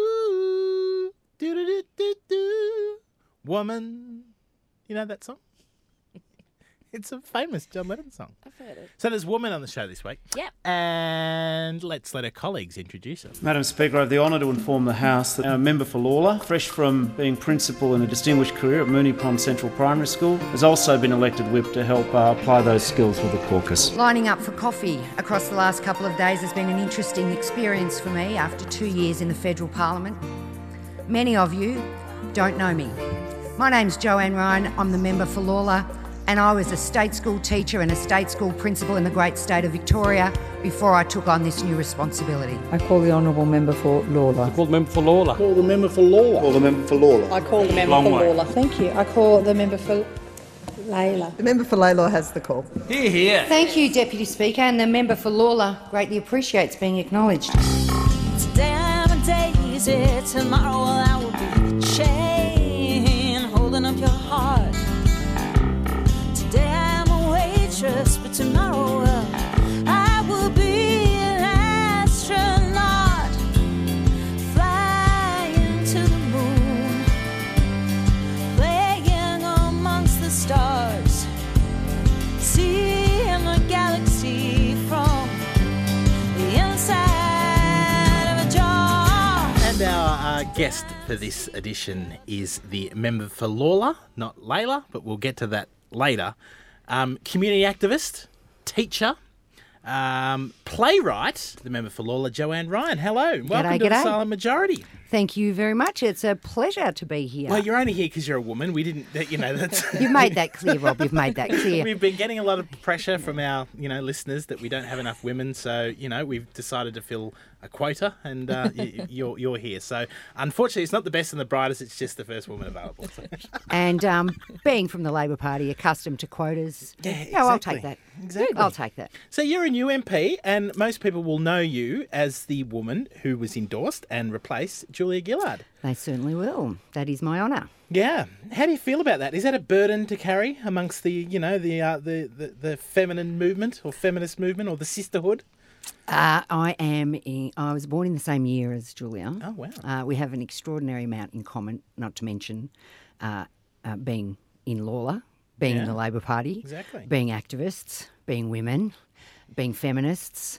[SPEAKER 15] you. Do-do-do-do-do. Woman. You know that song? It's a famous John Lennon song.
[SPEAKER 11] I've heard it.
[SPEAKER 15] So there's woman on the show this week.
[SPEAKER 11] Yep.
[SPEAKER 15] And let's let her colleagues introduce her.
[SPEAKER 17] Madam Speaker, I have the honour to inform the House that our member for Lawler, fresh from being principal in a distinguished career at Moonee Pond Central Primary School, has also been elected whip to help uh, apply those skills with the caucus.
[SPEAKER 6] Lining up for coffee across the last couple of days has been an interesting experience for me after two years in the federal parliament. Many of you don't know me. My name's Joanne Ryan, I'm the member for Lawler, and I was a state school teacher and a state school principal in the great state of Victoria before I took on this new responsibility.
[SPEAKER 18] I call the honourable member for Lawler.
[SPEAKER 9] Call the member for Lawler. Call the member for Lawler. Call the member for Lawler.
[SPEAKER 12] I call the member
[SPEAKER 9] Long
[SPEAKER 12] for
[SPEAKER 9] way.
[SPEAKER 12] Lawler. Thank you. I call the member for Layla. The member for Layla has the call.
[SPEAKER 9] Here, here.
[SPEAKER 6] Thank you, Deputy Speaker, and the member for Lawler greatly appreciates being acknowledged.
[SPEAKER 19] Today I'm a daisy, tomorrow I will be a chain holding up your heart. Today I'm a waitress, but tomorrow well, I will be an astronaut flying to the moon, playing amongst the stars, seeing the galaxy from the inside of a jar.
[SPEAKER 15] And our uh, guest for this edition is the member for Lawler, not Layla, but we'll get to that later. Um, community activist, teacher, um, playwright, the member for Lawler, Joanne Ryan. Hello, and welcome
[SPEAKER 6] G'day,
[SPEAKER 15] to the
[SPEAKER 6] g'day.
[SPEAKER 15] Silent Majority.
[SPEAKER 6] Thank you very much. It's a pleasure to be here.
[SPEAKER 15] Well, you're only here because you're a woman. We didn't, that, you know, that's.
[SPEAKER 6] You've made that clear, Rob. You've made that clear.
[SPEAKER 15] We've been getting a lot of pressure from our, you know, listeners that we don't have enough women. So, you know, we've decided to fill a quota, and uh, y- you're you're here. So, unfortunately, it's not the best and the brightest. It's just the first woman available. So.
[SPEAKER 6] and um, being from the Labor Party, accustomed to quotas. Yeah, No, I'll take that.
[SPEAKER 15] Exactly.
[SPEAKER 6] I'll take that.
[SPEAKER 15] So you're a new MP, and most people will know you as the woman who was endorsed and replaced Julia Gillard.
[SPEAKER 6] They certainly will. That is my honour.
[SPEAKER 15] Yeah. How do you feel about that? Is that a burden to carry amongst the, you know, the uh, the, the the feminine movement or feminist movement or the sisterhood?
[SPEAKER 6] Uh, I am. In, I was born in the same year as Julia.
[SPEAKER 15] Oh wow!
[SPEAKER 6] Uh, we have an extraordinary amount in common. Not to mention uh, uh, being in Lawler, being in
[SPEAKER 13] Yeah.
[SPEAKER 6] the Labor Party,
[SPEAKER 13] Exactly.
[SPEAKER 6] being activists, being women, being feminists.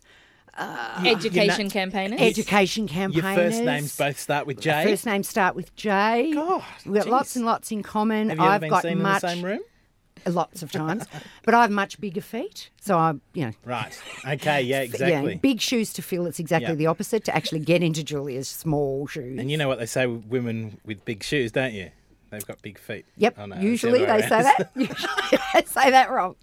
[SPEAKER 6] uh,
[SPEAKER 11] Yeah. Education campaigners?
[SPEAKER 6] Education
[SPEAKER 15] Your
[SPEAKER 6] campaigners.
[SPEAKER 15] first names both start with J.
[SPEAKER 6] First names start with J. God, we've got
[SPEAKER 15] jeez.
[SPEAKER 6] lots and lots in common.
[SPEAKER 15] Have you ever
[SPEAKER 6] I've
[SPEAKER 15] been
[SPEAKER 6] got
[SPEAKER 15] seen in the
[SPEAKER 6] much,
[SPEAKER 15] same room?
[SPEAKER 6] Lots of times, but I have much bigger feet, so I'm you know
[SPEAKER 15] Right. Okay. Yeah.
[SPEAKER 6] But, yeah,
[SPEAKER 15] Exactly.
[SPEAKER 6] big shoes to fill. It's exactly
[SPEAKER 15] Yeah.
[SPEAKER 6] the opposite to actually get into Julia's small shoes.
[SPEAKER 15] And you know what they say with women with big shoes, don't you? They've got big feet.
[SPEAKER 6] Yep.
[SPEAKER 15] Oh, no, it's the
[SPEAKER 6] Usually
[SPEAKER 15] other
[SPEAKER 6] they
[SPEAKER 15] way
[SPEAKER 6] say
[SPEAKER 15] around.
[SPEAKER 6] that. Usually they say that wrong.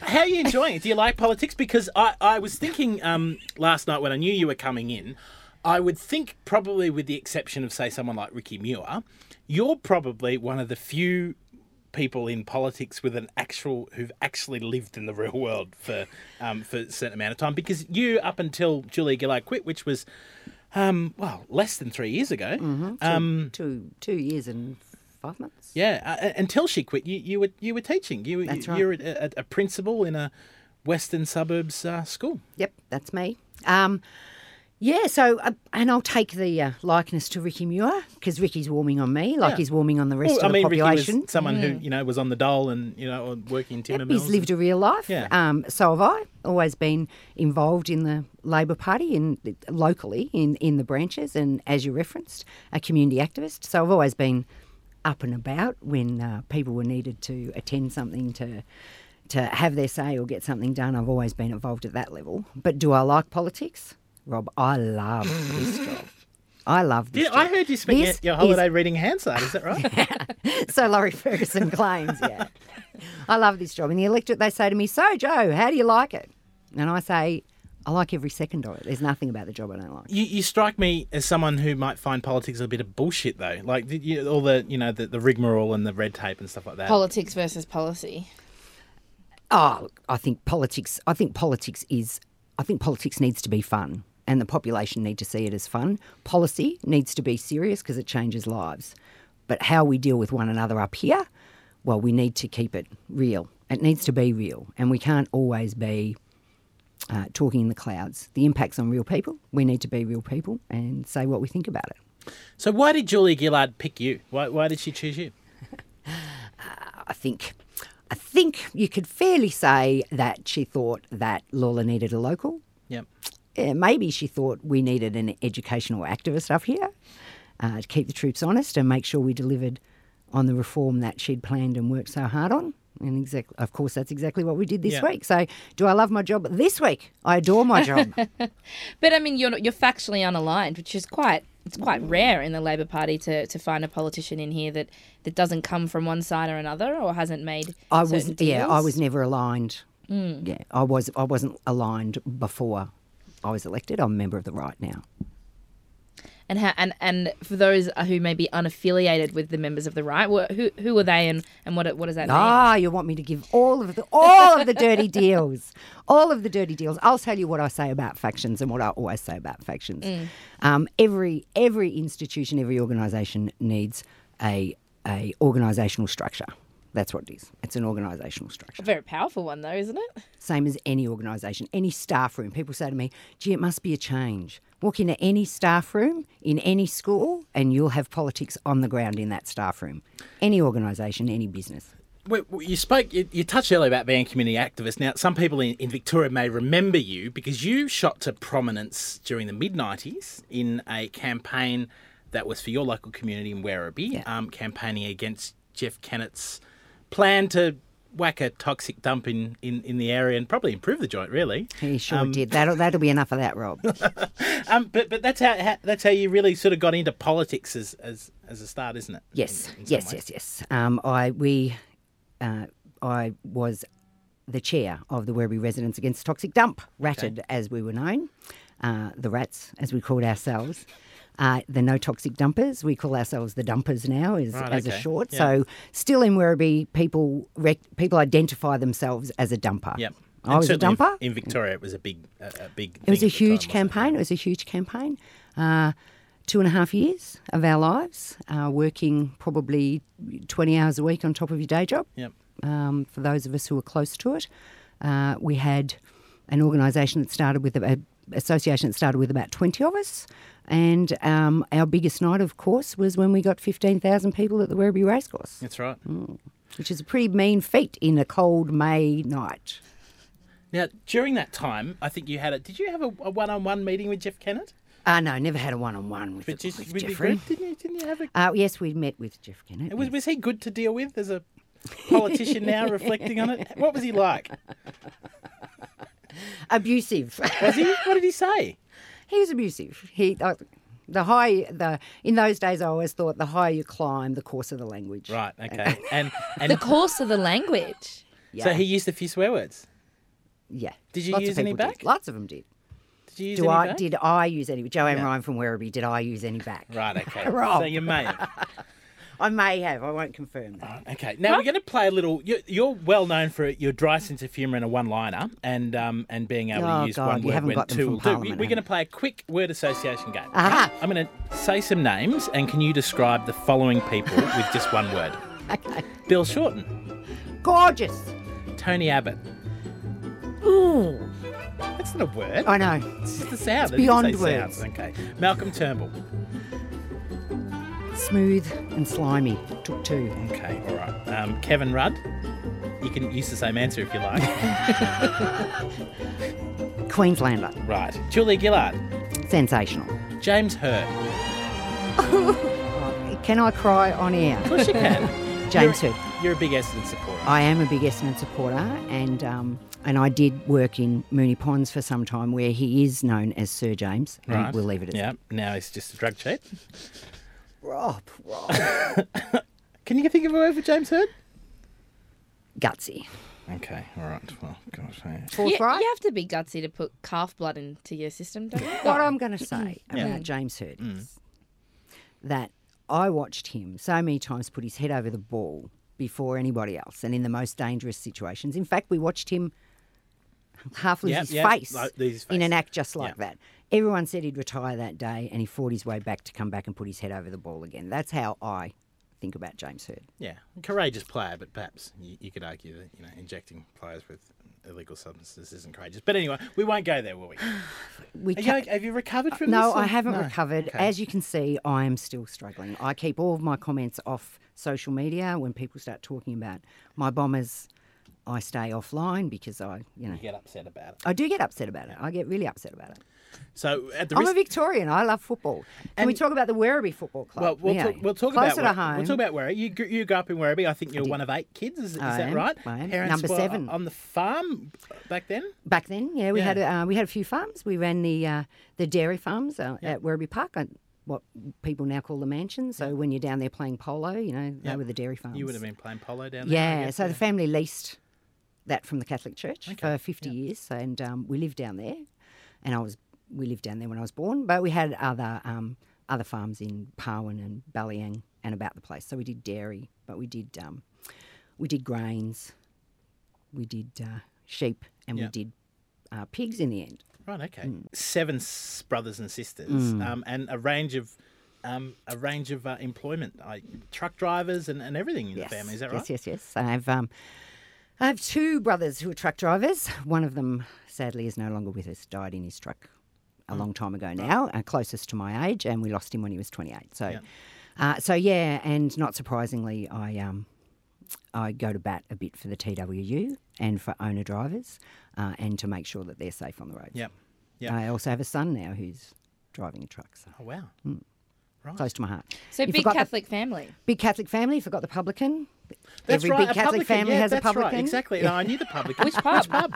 [SPEAKER 15] How are you enjoying it? Do you like politics? Because I, I was thinking um, last night when I knew you were coming in, I would think probably with the exception of say someone like Ricky Muir, you're probably one of the few people in politics with an actual who've actually lived in the real world for um, for a certain amount of time. Because you up until Julia Gillard quit, which was um, well less than three years ago.
[SPEAKER 6] Two-
[SPEAKER 15] Um,
[SPEAKER 6] two two years and five months.
[SPEAKER 15] yeah, uh, uh, until she quit, you, you were you were teaching. You were
[SPEAKER 6] That's
[SPEAKER 15] you,
[SPEAKER 6] right.
[SPEAKER 15] you're a, a, a principal in a western suburbs uh, school.
[SPEAKER 6] Yep, that's me. Um, yeah, so uh, and I'll take the uh, likeness to Ricky Muir because Ricky's warming on me, like
[SPEAKER 15] Yeah.
[SPEAKER 6] he's warming on the rest
[SPEAKER 15] Well,
[SPEAKER 6] of the
[SPEAKER 15] Ricky
[SPEAKER 6] population. Mm.
[SPEAKER 15] was someone who you know was on the dole and you know or working in timber mills.
[SPEAKER 6] He's lived a real life.
[SPEAKER 15] Yeah.
[SPEAKER 6] Um, so have I. Always been involved in the Labor Party and locally in, in the branches, and as you referenced, a community activist. So I've always been up and about when uh, people were needed to attend something to to have their say or get something done. I've always been involved at that level. But do I like politics, Rob? I love this job. I love this.
[SPEAKER 15] Yeah, I heard you spent your,
[SPEAKER 6] This
[SPEAKER 15] your
[SPEAKER 6] is-
[SPEAKER 15] holiday reading Hansard. Is that right?
[SPEAKER 6] so Laurie Ferguson claims, yeah. I love this job. In the electorate, they say to me, So, Joe, how do you like it? And I say, I like every second of it. There's nothing about the job I don't like.
[SPEAKER 15] you, you strike me as someone who might find politics a bit of bullshit though, like the- you, all the you know the, the rigmarole and the red tape and stuff like that.
[SPEAKER 11] Politics versus policy.
[SPEAKER 6] Oh, look, I think politics, I think politics is, I think politics needs to be fun and the population need to see it as fun. Policy needs to be serious because it changes lives. But how we deal with one another up here, well, we need to keep it real. It needs to be real. And we can't always be uh, talking in the clouds. The impacts on real people, we need to be real people and say what we think about it.
[SPEAKER 15] So why did Julia Gillard pick you? Why, why did she choose you?
[SPEAKER 6] I think I think you could fairly say that she thought that Lola needed a local.
[SPEAKER 15] Yep.
[SPEAKER 6] Yeah, Eh, maybe she thought we needed an educational activist up here uh, to keep the troops honest and make sure we delivered on the reform that she'd planned and worked so hard on. And exactly, of course, that's exactly what we did this
[SPEAKER 11] Yeah.
[SPEAKER 6] week. So, do I love my job this week? I adore my job.
[SPEAKER 11] But I mean, you're not- you're factually unaligned, which is quite it's quite rare in the Labor Party to, to find a politician in here that, that doesn't come from one side or another or hasn't made.
[SPEAKER 6] I
[SPEAKER 11] certain
[SPEAKER 6] was, yeah, I
[SPEAKER 11] deals.
[SPEAKER 6] was never aligned.
[SPEAKER 11] Mm.
[SPEAKER 6] Yeah, I was, I wasn't aligned before I was elected. I'm a member of the right now.
[SPEAKER 11] And how, and and for those who may be unaffiliated with the members of the right, wh- who who are they and and what what does that mean?
[SPEAKER 6] Ah, you want me to give all of the all of the dirty deals, all of the dirty deals. I'll tell you what I say about factions and what I always say about factions.
[SPEAKER 11] Mm.
[SPEAKER 6] Um, every every institution, every organisation needs a a organisational structure. That's what it is. It's an organisational structure.
[SPEAKER 11] A very powerful one though, isn't it?
[SPEAKER 6] Same as any organisation, any staff room. People say to me, "Gee, it must be a change." Walk into any staff room in any school, and you'll have politics on the ground in that staff room. Any organisation, any business.
[SPEAKER 15] Well, well, You spoke, you, you touched earlier about being a community activist. Now, some people in, in Victoria may remember you because you shot to prominence during the mid 90s in a campaign that was for your local community in Werribee, um, campaigning against Jeff Kennett's plan to whack a toxic dump in, in, in the area and probably improve the joint, really.
[SPEAKER 6] He sure
[SPEAKER 15] Um,
[SPEAKER 6] did. That'll that'll be enough of that, Rob.
[SPEAKER 15] Um, but but that's how, how that's how you really sort of got into politics as as, as a start, isn't it?
[SPEAKER 6] Yes,
[SPEAKER 15] in some
[SPEAKER 6] yes,
[SPEAKER 15] ways.
[SPEAKER 6] yes, yes. Um, I we uh, I was the chair of the Werribee Residents Against Toxic Dump, ratted as we were known, uh, the rats as we called ourselves. Uh, the no toxic dumpers. We call ourselves the dumpers now, as,
[SPEAKER 2] Right,
[SPEAKER 6] as
[SPEAKER 2] okay.
[SPEAKER 6] a short.
[SPEAKER 2] Yeah.
[SPEAKER 6] So, still in Werribee, people rec- people identify themselves as a dumper.
[SPEAKER 15] Yep.
[SPEAKER 6] I
[SPEAKER 15] And
[SPEAKER 6] Oh, was a
[SPEAKER 15] certainly in-
[SPEAKER 6] dumper.
[SPEAKER 15] In Victoria, it was a big, a, a big.
[SPEAKER 6] It was a
[SPEAKER 15] thing.
[SPEAKER 6] huge campaign. It was a huge campaign. Uh, two and a half years of our lives, uh, working probably 20 hours a week on top of your day job.
[SPEAKER 15] Yep.
[SPEAKER 6] Um, for those of us who were close to it, uh, we had an organisation that started with a association that started with about 20 of us. And um, our biggest night, of course, was when we got 15,000 people at the Werribee Racecourse,
[SPEAKER 15] That's right.
[SPEAKER 6] which is a pretty mean feat in a cold May night.
[SPEAKER 15] Now, during that time, I think you had it. Did you have a, a one-on-one meeting with Jeff Kennett?
[SPEAKER 6] Uh, no, never had a one-on-one with,
[SPEAKER 15] But just
[SPEAKER 6] with
[SPEAKER 15] with the
[SPEAKER 6] Jeffrey.
[SPEAKER 15] group, didn't you? Didn't you have a?
[SPEAKER 6] Uh, yes, we met with Jeff Kennett.
[SPEAKER 15] was, was he good to deal with as a politician now, reflecting on it? What was he like?
[SPEAKER 6] Abusive.
[SPEAKER 15] Was he? What did he say?
[SPEAKER 6] He was abusive. He uh, the high the in those days I always thought the higher you climb, the coarser the language. Uh,
[SPEAKER 15] Right. Okay. And and
[SPEAKER 11] the course of the language.
[SPEAKER 15] so he used a few swear words.
[SPEAKER 6] Yeah.
[SPEAKER 15] Did you
[SPEAKER 6] Lots of
[SPEAKER 15] use any
[SPEAKER 6] people did.
[SPEAKER 15] back?
[SPEAKER 6] Lots of them did.
[SPEAKER 15] Did you use
[SPEAKER 6] Do
[SPEAKER 15] any
[SPEAKER 6] I
[SPEAKER 15] back?
[SPEAKER 6] did I use any? Joanne
[SPEAKER 15] No.
[SPEAKER 6] Ryan from Werribee. Did I use any back?
[SPEAKER 15] Right. Okay.
[SPEAKER 6] Rob.
[SPEAKER 15] So you may. have.
[SPEAKER 6] I may have. I won't confirm that.
[SPEAKER 15] Okay, now we're going to play a little. You're, you're well known for your dry sense of humour and a one-liner, and um, and being able
[SPEAKER 6] Oh,
[SPEAKER 15] to use
[SPEAKER 6] God,
[SPEAKER 15] one
[SPEAKER 6] you
[SPEAKER 15] word
[SPEAKER 6] haven't
[SPEAKER 15] when
[SPEAKER 6] got them
[SPEAKER 15] two
[SPEAKER 6] from
[SPEAKER 15] will do. We-
[SPEAKER 6] Parliament,
[SPEAKER 15] We're going to play a quick word association game.
[SPEAKER 6] Aha.
[SPEAKER 15] I'm going to say some names, and can you describe the following people with just one word?
[SPEAKER 6] Okay.
[SPEAKER 15] Bill Shorten,
[SPEAKER 6] Gorgeous.
[SPEAKER 15] Tony Abbott.
[SPEAKER 6] Ooh.
[SPEAKER 15] That's not a word.
[SPEAKER 6] I know.
[SPEAKER 15] It's just a sound.
[SPEAKER 6] It's
[SPEAKER 15] I didn't say
[SPEAKER 6] beyond words.
[SPEAKER 15] sound. Okay, Malcolm Turnbull.
[SPEAKER 6] Smooth and slimy. Took two.
[SPEAKER 15] Okay, all right. Um, Kevin Rudd. You can use the same answer if you like.
[SPEAKER 6] Queenslander.
[SPEAKER 15] right. Julia Gillard.
[SPEAKER 6] Sensational.
[SPEAKER 15] James Hurd.
[SPEAKER 6] Can I cry on air?
[SPEAKER 15] Of course you can.
[SPEAKER 6] James
[SPEAKER 15] you're,
[SPEAKER 6] Hurd.
[SPEAKER 15] You're a big Essendon supporter.
[SPEAKER 6] I am a big Essendon supporter, and um, and I did work in Mooney Ponds for some time, where he is known as Sir James. and
[SPEAKER 15] Right.
[SPEAKER 6] Mm, We'll leave it at
[SPEAKER 15] Yeah. Now he's just a drug cheat.
[SPEAKER 6] Rob, Rob.
[SPEAKER 15] Can you think of a word for James Hurd?
[SPEAKER 6] Gutsy.
[SPEAKER 15] Okay. All right. Well, gosh. hey.
[SPEAKER 11] You, you have to be gutsy to put calf blood into your system, don't you?
[SPEAKER 6] What I'm going to say
[SPEAKER 11] Yeah.
[SPEAKER 6] about James Hurd
[SPEAKER 15] Mm.
[SPEAKER 6] is that I watched him so many times put his head over the ball before anybody else, and in the most dangerous situations. In fact, we watched him half lose
[SPEAKER 15] Yep,
[SPEAKER 6] his,
[SPEAKER 15] yep,
[SPEAKER 6] face
[SPEAKER 15] like, lose his
[SPEAKER 6] in
[SPEAKER 15] face.
[SPEAKER 6] an act just like that. Everyone said he'd retire that day, and he fought his way back to come back and put his head over the ball again. That's how I think about James Hurd.
[SPEAKER 15] Yeah. Courageous player, but perhaps you, you could argue that you know injecting players with illegal substances isn't courageous. But anyway, we won't go there, will we?
[SPEAKER 6] We
[SPEAKER 15] Are you
[SPEAKER 6] ca-
[SPEAKER 15] okay- have you recovered from
[SPEAKER 6] no,
[SPEAKER 15] this?
[SPEAKER 6] I
[SPEAKER 15] or-
[SPEAKER 6] haven't
[SPEAKER 15] No.
[SPEAKER 6] recovered.
[SPEAKER 15] Okay.
[SPEAKER 6] As you can see, I am still struggling. I keep all of my comments off social media. When people start talking about my bombers, I stay offline because I, you know,
[SPEAKER 15] You get upset about it.
[SPEAKER 6] I do get upset about it. I get really upset about it.
[SPEAKER 15] So at the
[SPEAKER 6] I'm
[SPEAKER 15] risk,
[SPEAKER 6] a Victorian. I love football. Can we talk about the Werribee Football Club?
[SPEAKER 15] well, we'll,
[SPEAKER 6] Yeah.
[SPEAKER 15] talk, we'll talk
[SPEAKER 6] Closer
[SPEAKER 15] about
[SPEAKER 6] to home. Oh,
[SPEAKER 15] Werri- we'll talk about Werribee. You gr- you grew up in Werribee. I think you're one of eight kids. Is, is
[SPEAKER 6] I
[SPEAKER 15] that
[SPEAKER 6] am,
[SPEAKER 15] right?
[SPEAKER 6] I am.
[SPEAKER 15] Parents
[SPEAKER 6] Number
[SPEAKER 15] were
[SPEAKER 6] seven.
[SPEAKER 15] on the farm back then.
[SPEAKER 6] Back then, yeah, we had uh, we had a few farms. We ran the uh, the dairy farms uh, at Werribee Park, uh, what people now call the mansion. So when you're down there playing polo, you know they were the dairy farms.
[SPEAKER 15] You would have been playing polo down there. I
[SPEAKER 6] Yeah,
[SPEAKER 15] guess,
[SPEAKER 6] so the family leased that from the Catholic Church for 50 years, and um, we lived down there. And I was we lived down there when I was born, but we had other um, other farms in Parwin and Ballyang and about the place. So we did dairy, but we did um, we did grains, we did uh, sheep, and
[SPEAKER 15] Yeah.
[SPEAKER 6] we did uh, pigs in the end.
[SPEAKER 15] Right. Okay. Seven s- brothers and sisters,
[SPEAKER 6] Mm.
[SPEAKER 15] um, and a range of um, a range of uh, employment, like truck drivers and, and everything in the family. Is that right?
[SPEAKER 6] Yes, yes, yes. I have um, I have two brothers who are truck drivers. One of them, sadly, is no longer with us. Died in his truck a
[SPEAKER 15] Hmm.
[SPEAKER 6] long time ago now, uh, closest to my age, and we lost him when he was 28. So,
[SPEAKER 15] Yeah.
[SPEAKER 6] Uh, so yeah, and not surprisingly, I um, I go to bat a bit for the TWU and for owner drivers, uh, and to make sure that they're safe on the roads.
[SPEAKER 15] Yep. Yep.
[SPEAKER 6] I also have a son now who's driving a truck. So.
[SPEAKER 15] Oh wow.
[SPEAKER 6] Mm.
[SPEAKER 15] Right.
[SPEAKER 6] Close to my heart.
[SPEAKER 11] So
[SPEAKER 6] You
[SPEAKER 11] big
[SPEAKER 6] forgot the-
[SPEAKER 11] Catholic family.
[SPEAKER 6] Big Catholic family, forgot the publican.
[SPEAKER 11] That's
[SPEAKER 6] Every
[SPEAKER 11] right,
[SPEAKER 6] big
[SPEAKER 11] a
[SPEAKER 6] Catholic
[SPEAKER 11] publican,
[SPEAKER 6] family
[SPEAKER 11] yeah,
[SPEAKER 6] has a
[SPEAKER 11] that's right,
[SPEAKER 6] publican.
[SPEAKER 15] exactly. No, I knew the publican. Which
[SPEAKER 11] pub?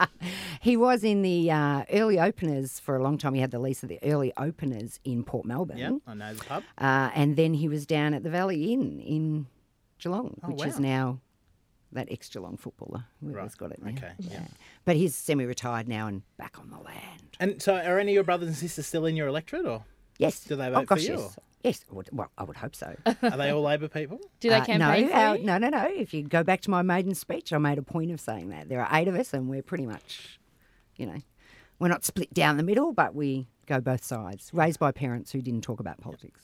[SPEAKER 6] he was in the uh, early openers for a long time. He had the lease of the early openers in Port Melbourne.
[SPEAKER 15] Yeah, I know the pub.
[SPEAKER 6] Uh, and then he was down at the Valley Inn in Geelong,
[SPEAKER 15] Oh,
[SPEAKER 6] which is
[SPEAKER 15] wow.
[SPEAKER 6] now that ex Geelong footballer. Whoever's
[SPEAKER 15] Right,
[SPEAKER 6] got it now.
[SPEAKER 15] okay, yeah.
[SPEAKER 6] But he's semi retired now and back on the land.
[SPEAKER 15] And so, are any of your brothers and sisters still in your electorate, or
[SPEAKER 6] Yes.
[SPEAKER 15] do they
[SPEAKER 6] Oh,
[SPEAKER 15] vote
[SPEAKER 6] gosh,
[SPEAKER 15] for you?
[SPEAKER 6] yes. Yes. I would- Well, I would hope so.
[SPEAKER 15] or Are they all Labor people?
[SPEAKER 6] Uh, no, our- no, no, no. If you go back to my maiden speech, I made a point of saying that there are eight of us, and we're pretty much, you know, we're not split down the middle, but we go both sides. Raised by parents who didn't talk about politics.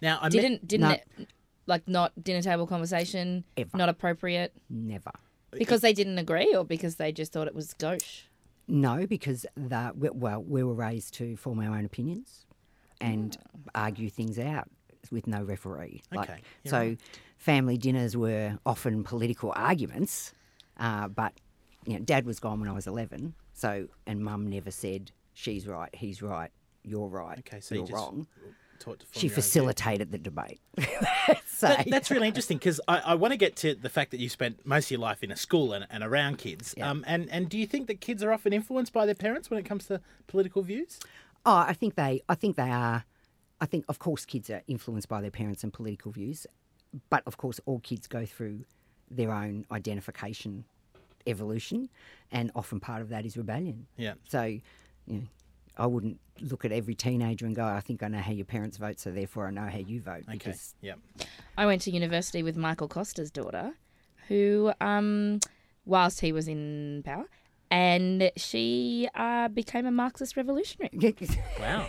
[SPEAKER 15] Now, I met-
[SPEAKER 11] didn't didn't
[SPEAKER 6] No.
[SPEAKER 11] it, like not dinner table conversation not appropriate
[SPEAKER 6] never
[SPEAKER 15] Uh,
[SPEAKER 11] because they didn't agree or because they just thought it was gauche.
[SPEAKER 6] No, because the, we- well, we were raised to form our own opinions and
[SPEAKER 15] Ah.
[SPEAKER 6] argue things out with no referee.
[SPEAKER 11] Okay, you're
[SPEAKER 6] so,
[SPEAKER 11] right.
[SPEAKER 6] family dinners were often political arguments, uh, but you know, Dad was gone when I was eleven, So, and mum never said, she's right, he's right, you're right, okay,
[SPEAKER 15] so you
[SPEAKER 6] you're
[SPEAKER 15] just
[SPEAKER 6] wrong.
[SPEAKER 15] taught to form
[SPEAKER 6] She
[SPEAKER 15] your own view.
[SPEAKER 6] facilitated the debate.
[SPEAKER 15] That- that's really interesting because I, I want to get to the fact that you spent most of your life in a school and, and around kids. Um, and, and do you think that kids are often influenced by their parents when it comes to political views?
[SPEAKER 6] Oh, I think they. I think they are. I think, of course, kids are influenced by their parents and political views, but of course, all kids go through their own identification evolution, and often part of that is rebellion.
[SPEAKER 15] Yeah.
[SPEAKER 6] So, you know, I wouldn't look at every teenager and go, "I think I know how your parents vote, so therefore I know how you vote."
[SPEAKER 15] Okay.
[SPEAKER 6] Because
[SPEAKER 15] Yeah.
[SPEAKER 11] I went to university with Michael Costa's daughter, who, um, whilst he was in power, and she uh, became a Marxist revolutionary.
[SPEAKER 15] Wow.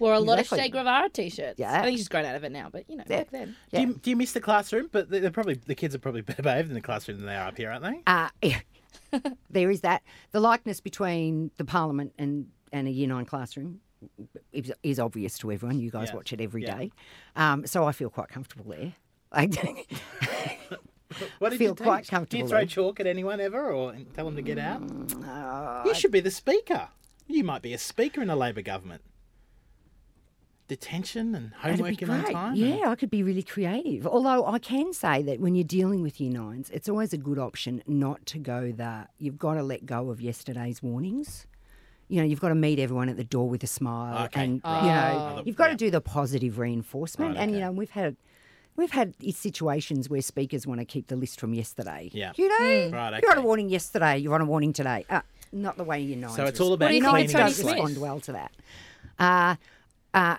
[SPEAKER 11] Wore a lot
[SPEAKER 15] Exactly.
[SPEAKER 11] of Che Guevara t-shirts.
[SPEAKER 15] Yeah.
[SPEAKER 11] I think she's grown out of it now, but you know, back then.
[SPEAKER 15] Do, you, do you miss the classroom? But they- they're probably the kids are probably better behaved in the classroom than they are up here, aren't they?
[SPEAKER 6] Uh, there is that. The likeness between the Parliament and, and a Year 9 classroom is, is obvious to everyone. You guys
[SPEAKER 11] Yes.
[SPEAKER 6] watch it every day,
[SPEAKER 11] Yeah.
[SPEAKER 6] Um, so I feel quite comfortable there. I
[SPEAKER 15] What did
[SPEAKER 6] feel
[SPEAKER 15] you teach?
[SPEAKER 6] quite
[SPEAKER 15] Do you
[SPEAKER 6] comfortable.
[SPEAKER 15] throw
[SPEAKER 6] there. Mm,
[SPEAKER 15] chalk at anyone ever, or tell them to get out?
[SPEAKER 6] uh,
[SPEAKER 15] you should be the speaker. You might be a speaker in a Labor government. Detention and
[SPEAKER 6] That'd
[SPEAKER 15] homework
[SPEAKER 6] be
[SPEAKER 15] in on
[SPEAKER 6] great.
[SPEAKER 15] time. eh? and-
[SPEAKER 6] Yeah, I could be really creative. Although I can say that when you're dealing with year nines, it's always a good option not to go the, you've got to let go of yesterday's warnings. You know, you've got to meet everyone at the door with a smile,
[SPEAKER 2] Okay,
[SPEAKER 6] and
[SPEAKER 2] right.
[SPEAKER 6] you
[SPEAKER 2] Ah.
[SPEAKER 6] know, you've got to do the positive reinforcement.
[SPEAKER 2] Right,
[SPEAKER 6] And you know, we've had, we've had i- situations where speakers want to keep the list from yesterday.
[SPEAKER 15] Yeah.
[SPEAKER 6] you know,
[SPEAKER 15] Mm. Right,
[SPEAKER 6] you're on a
[SPEAKER 15] okay.
[SPEAKER 6] warning yesterday, you're on a warning today. Ah, not the way year nines.
[SPEAKER 15] it's all about
[SPEAKER 6] respond. Year nines
[SPEAKER 15] cleaning
[SPEAKER 6] don't
[SPEAKER 15] the slate.
[SPEAKER 6] respond well to that. Uh, uh,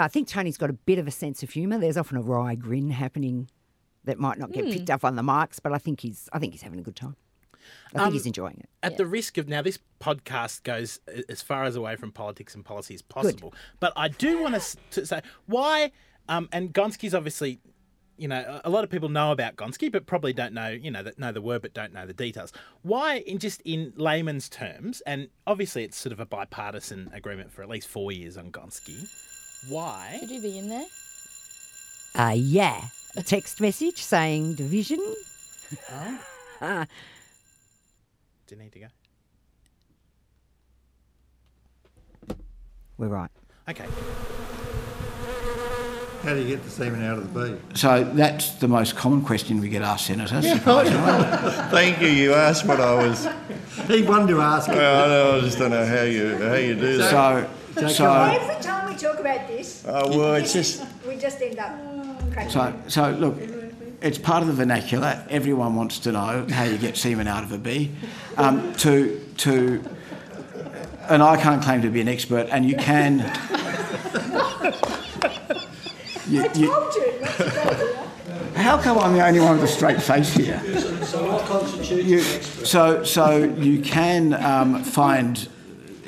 [SPEAKER 6] I think Tony's got a bit of a sense of humour. There's often a wry grin happening that might not get
[SPEAKER 15] Hmm.
[SPEAKER 6] picked up on the mics, but I think he's I think he's having a good time. I think
[SPEAKER 15] Um,
[SPEAKER 6] he's enjoying it.
[SPEAKER 15] At the risk of now, this podcast goes a- as far as away from politics and policy as possible. But I do want us to say why. Um, and Gonski's obviously, you know, a- a lot of people know about Gonski, but probably don't know, you know, that know the word but don't know the details. Why, in just in layman's terms, and obviously it's sort of a bipartisan agreement for at least four years on Gonski. Why
[SPEAKER 11] should you be in there?
[SPEAKER 6] Uh, yeah, a text message saying division.
[SPEAKER 15] Oh.
[SPEAKER 6] Uh,
[SPEAKER 15] Do you need to go?
[SPEAKER 6] we're right.
[SPEAKER 15] Okay.
[SPEAKER 13] How do you get the semen out of the bee?
[SPEAKER 14] So that's the most common question we get asked senators.
[SPEAKER 13] Thank you. You asked what I was. he wanted to ask. Well, I, know, I just don't know how you how you do that. So,
[SPEAKER 16] Every time we talk about this,
[SPEAKER 13] Oh, well, it's just-
[SPEAKER 16] we just end up cracking.
[SPEAKER 14] So, so look, it's part of the vernacular. Everyone wants to know how you get semen out of a bee. Um, to, to, and I can't claim to be an expert, and you can. You- you- how come I'm the only one with a straight face here?
[SPEAKER 13] so what constitutes
[SPEAKER 14] You, so, so you can um, find.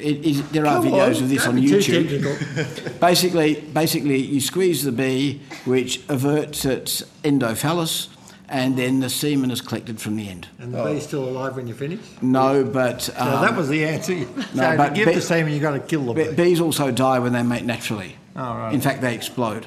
[SPEAKER 14] It, it, there are
[SPEAKER 13] Come
[SPEAKER 14] videos
[SPEAKER 13] on,
[SPEAKER 14] of this
[SPEAKER 13] don't
[SPEAKER 14] on
[SPEAKER 13] be too
[SPEAKER 14] YouTube.
[SPEAKER 13] technical.
[SPEAKER 14] basically, basically, you squeeze the bee, which averts its endophallus, and then the semen is collected from the end.
[SPEAKER 13] And the bee's still alive when you finish?
[SPEAKER 14] No, but um,
[SPEAKER 13] So
[SPEAKER 9] Um,
[SPEAKER 13] that was the answer. Oh. so to give the semen, you've got to kill the bee.
[SPEAKER 14] Bees also die when they mate naturally.
[SPEAKER 13] Oh, right.
[SPEAKER 14] In fact, they explode.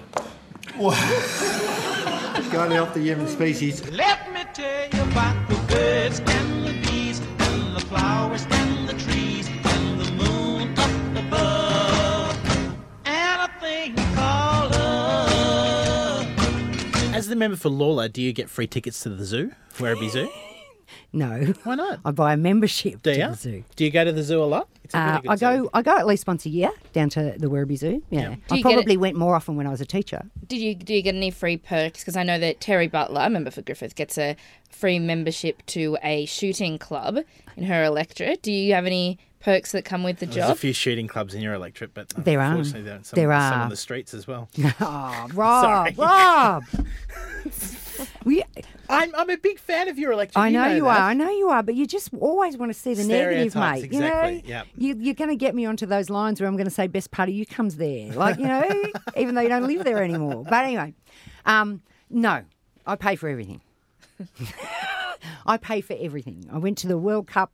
[SPEAKER 13] God help the human species.
[SPEAKER 19] Let me tell you about the birds and the bees and the flowers and the trees and the moon up above and a thing called love.
[SPEAKER 15] As the member for Lawler, do you get free tickets to the zoo, Werribee Zoo?
[SPEAKER 6] No.
[SPEAKER 15] Why not?
[SPEAKER 6] I buy a membership
[SPEAKER 15] Do
[SPEAKER 6] to
[SPEAKER 15] you?
[SPEAKER 6] the zoo.
[SPEAKER 15] Do you go to the zoo a lot? It's a really
[SPEAKER 6] Uh,
[SPEAKER 15] good
[SPEAKER 6] I
[SPEAKER 15] zoo.
[SPEAKER 6] go I go at least once a year down to the Werribee Zoo. Yeah. I
[SPEAKER 11] Do you get it-
[SPEAKER 6] probably went more often when I was a teacher.
[SPEAKER 11] Did you do you get any free perks? Because I know that Terry Butler, a member for Griffith, gets a free membership to a shooting club in her electorate. Do you have any perks that come with the
[SPEAKER 15] There's a
[SPEAKER 11] job?
[SPEAKER 15] few shooting clubs in your electorate, but
[SPEAKER 6] There are.
[SPEAKER 15] unfortunately, there are some,
[SPEAKER 6] There
[SPEAKER 15] some on
[SPEAKER 6] are.
[SPEAKER 15] the streets as well.
[SPEAKER 6] Oh,
[SPEAKER 15] Sorry.
[SPEAKER 6] Rob, Rob. we,
[SPEAKER 15] I'm, I'm a big fan of your electorate.
[SPEAKER 6] I know, you
[SPEAKER 15] that.
[SPEAKER 6] are. I know you are. But you just always want to see the negative,
[SPEAKER 15] Stereotypes,
[SPEAKER 6] mate. You know,
[SPEAKER 15] exactly, yep.
[SPEAKER 6] you, you're going to get me onto those lines where I'm going to say best part of you comes there. Like you know, even though you don't live there anymore. But anyway, um, no, I pay for everything. I pay for everything. I went to the World Cup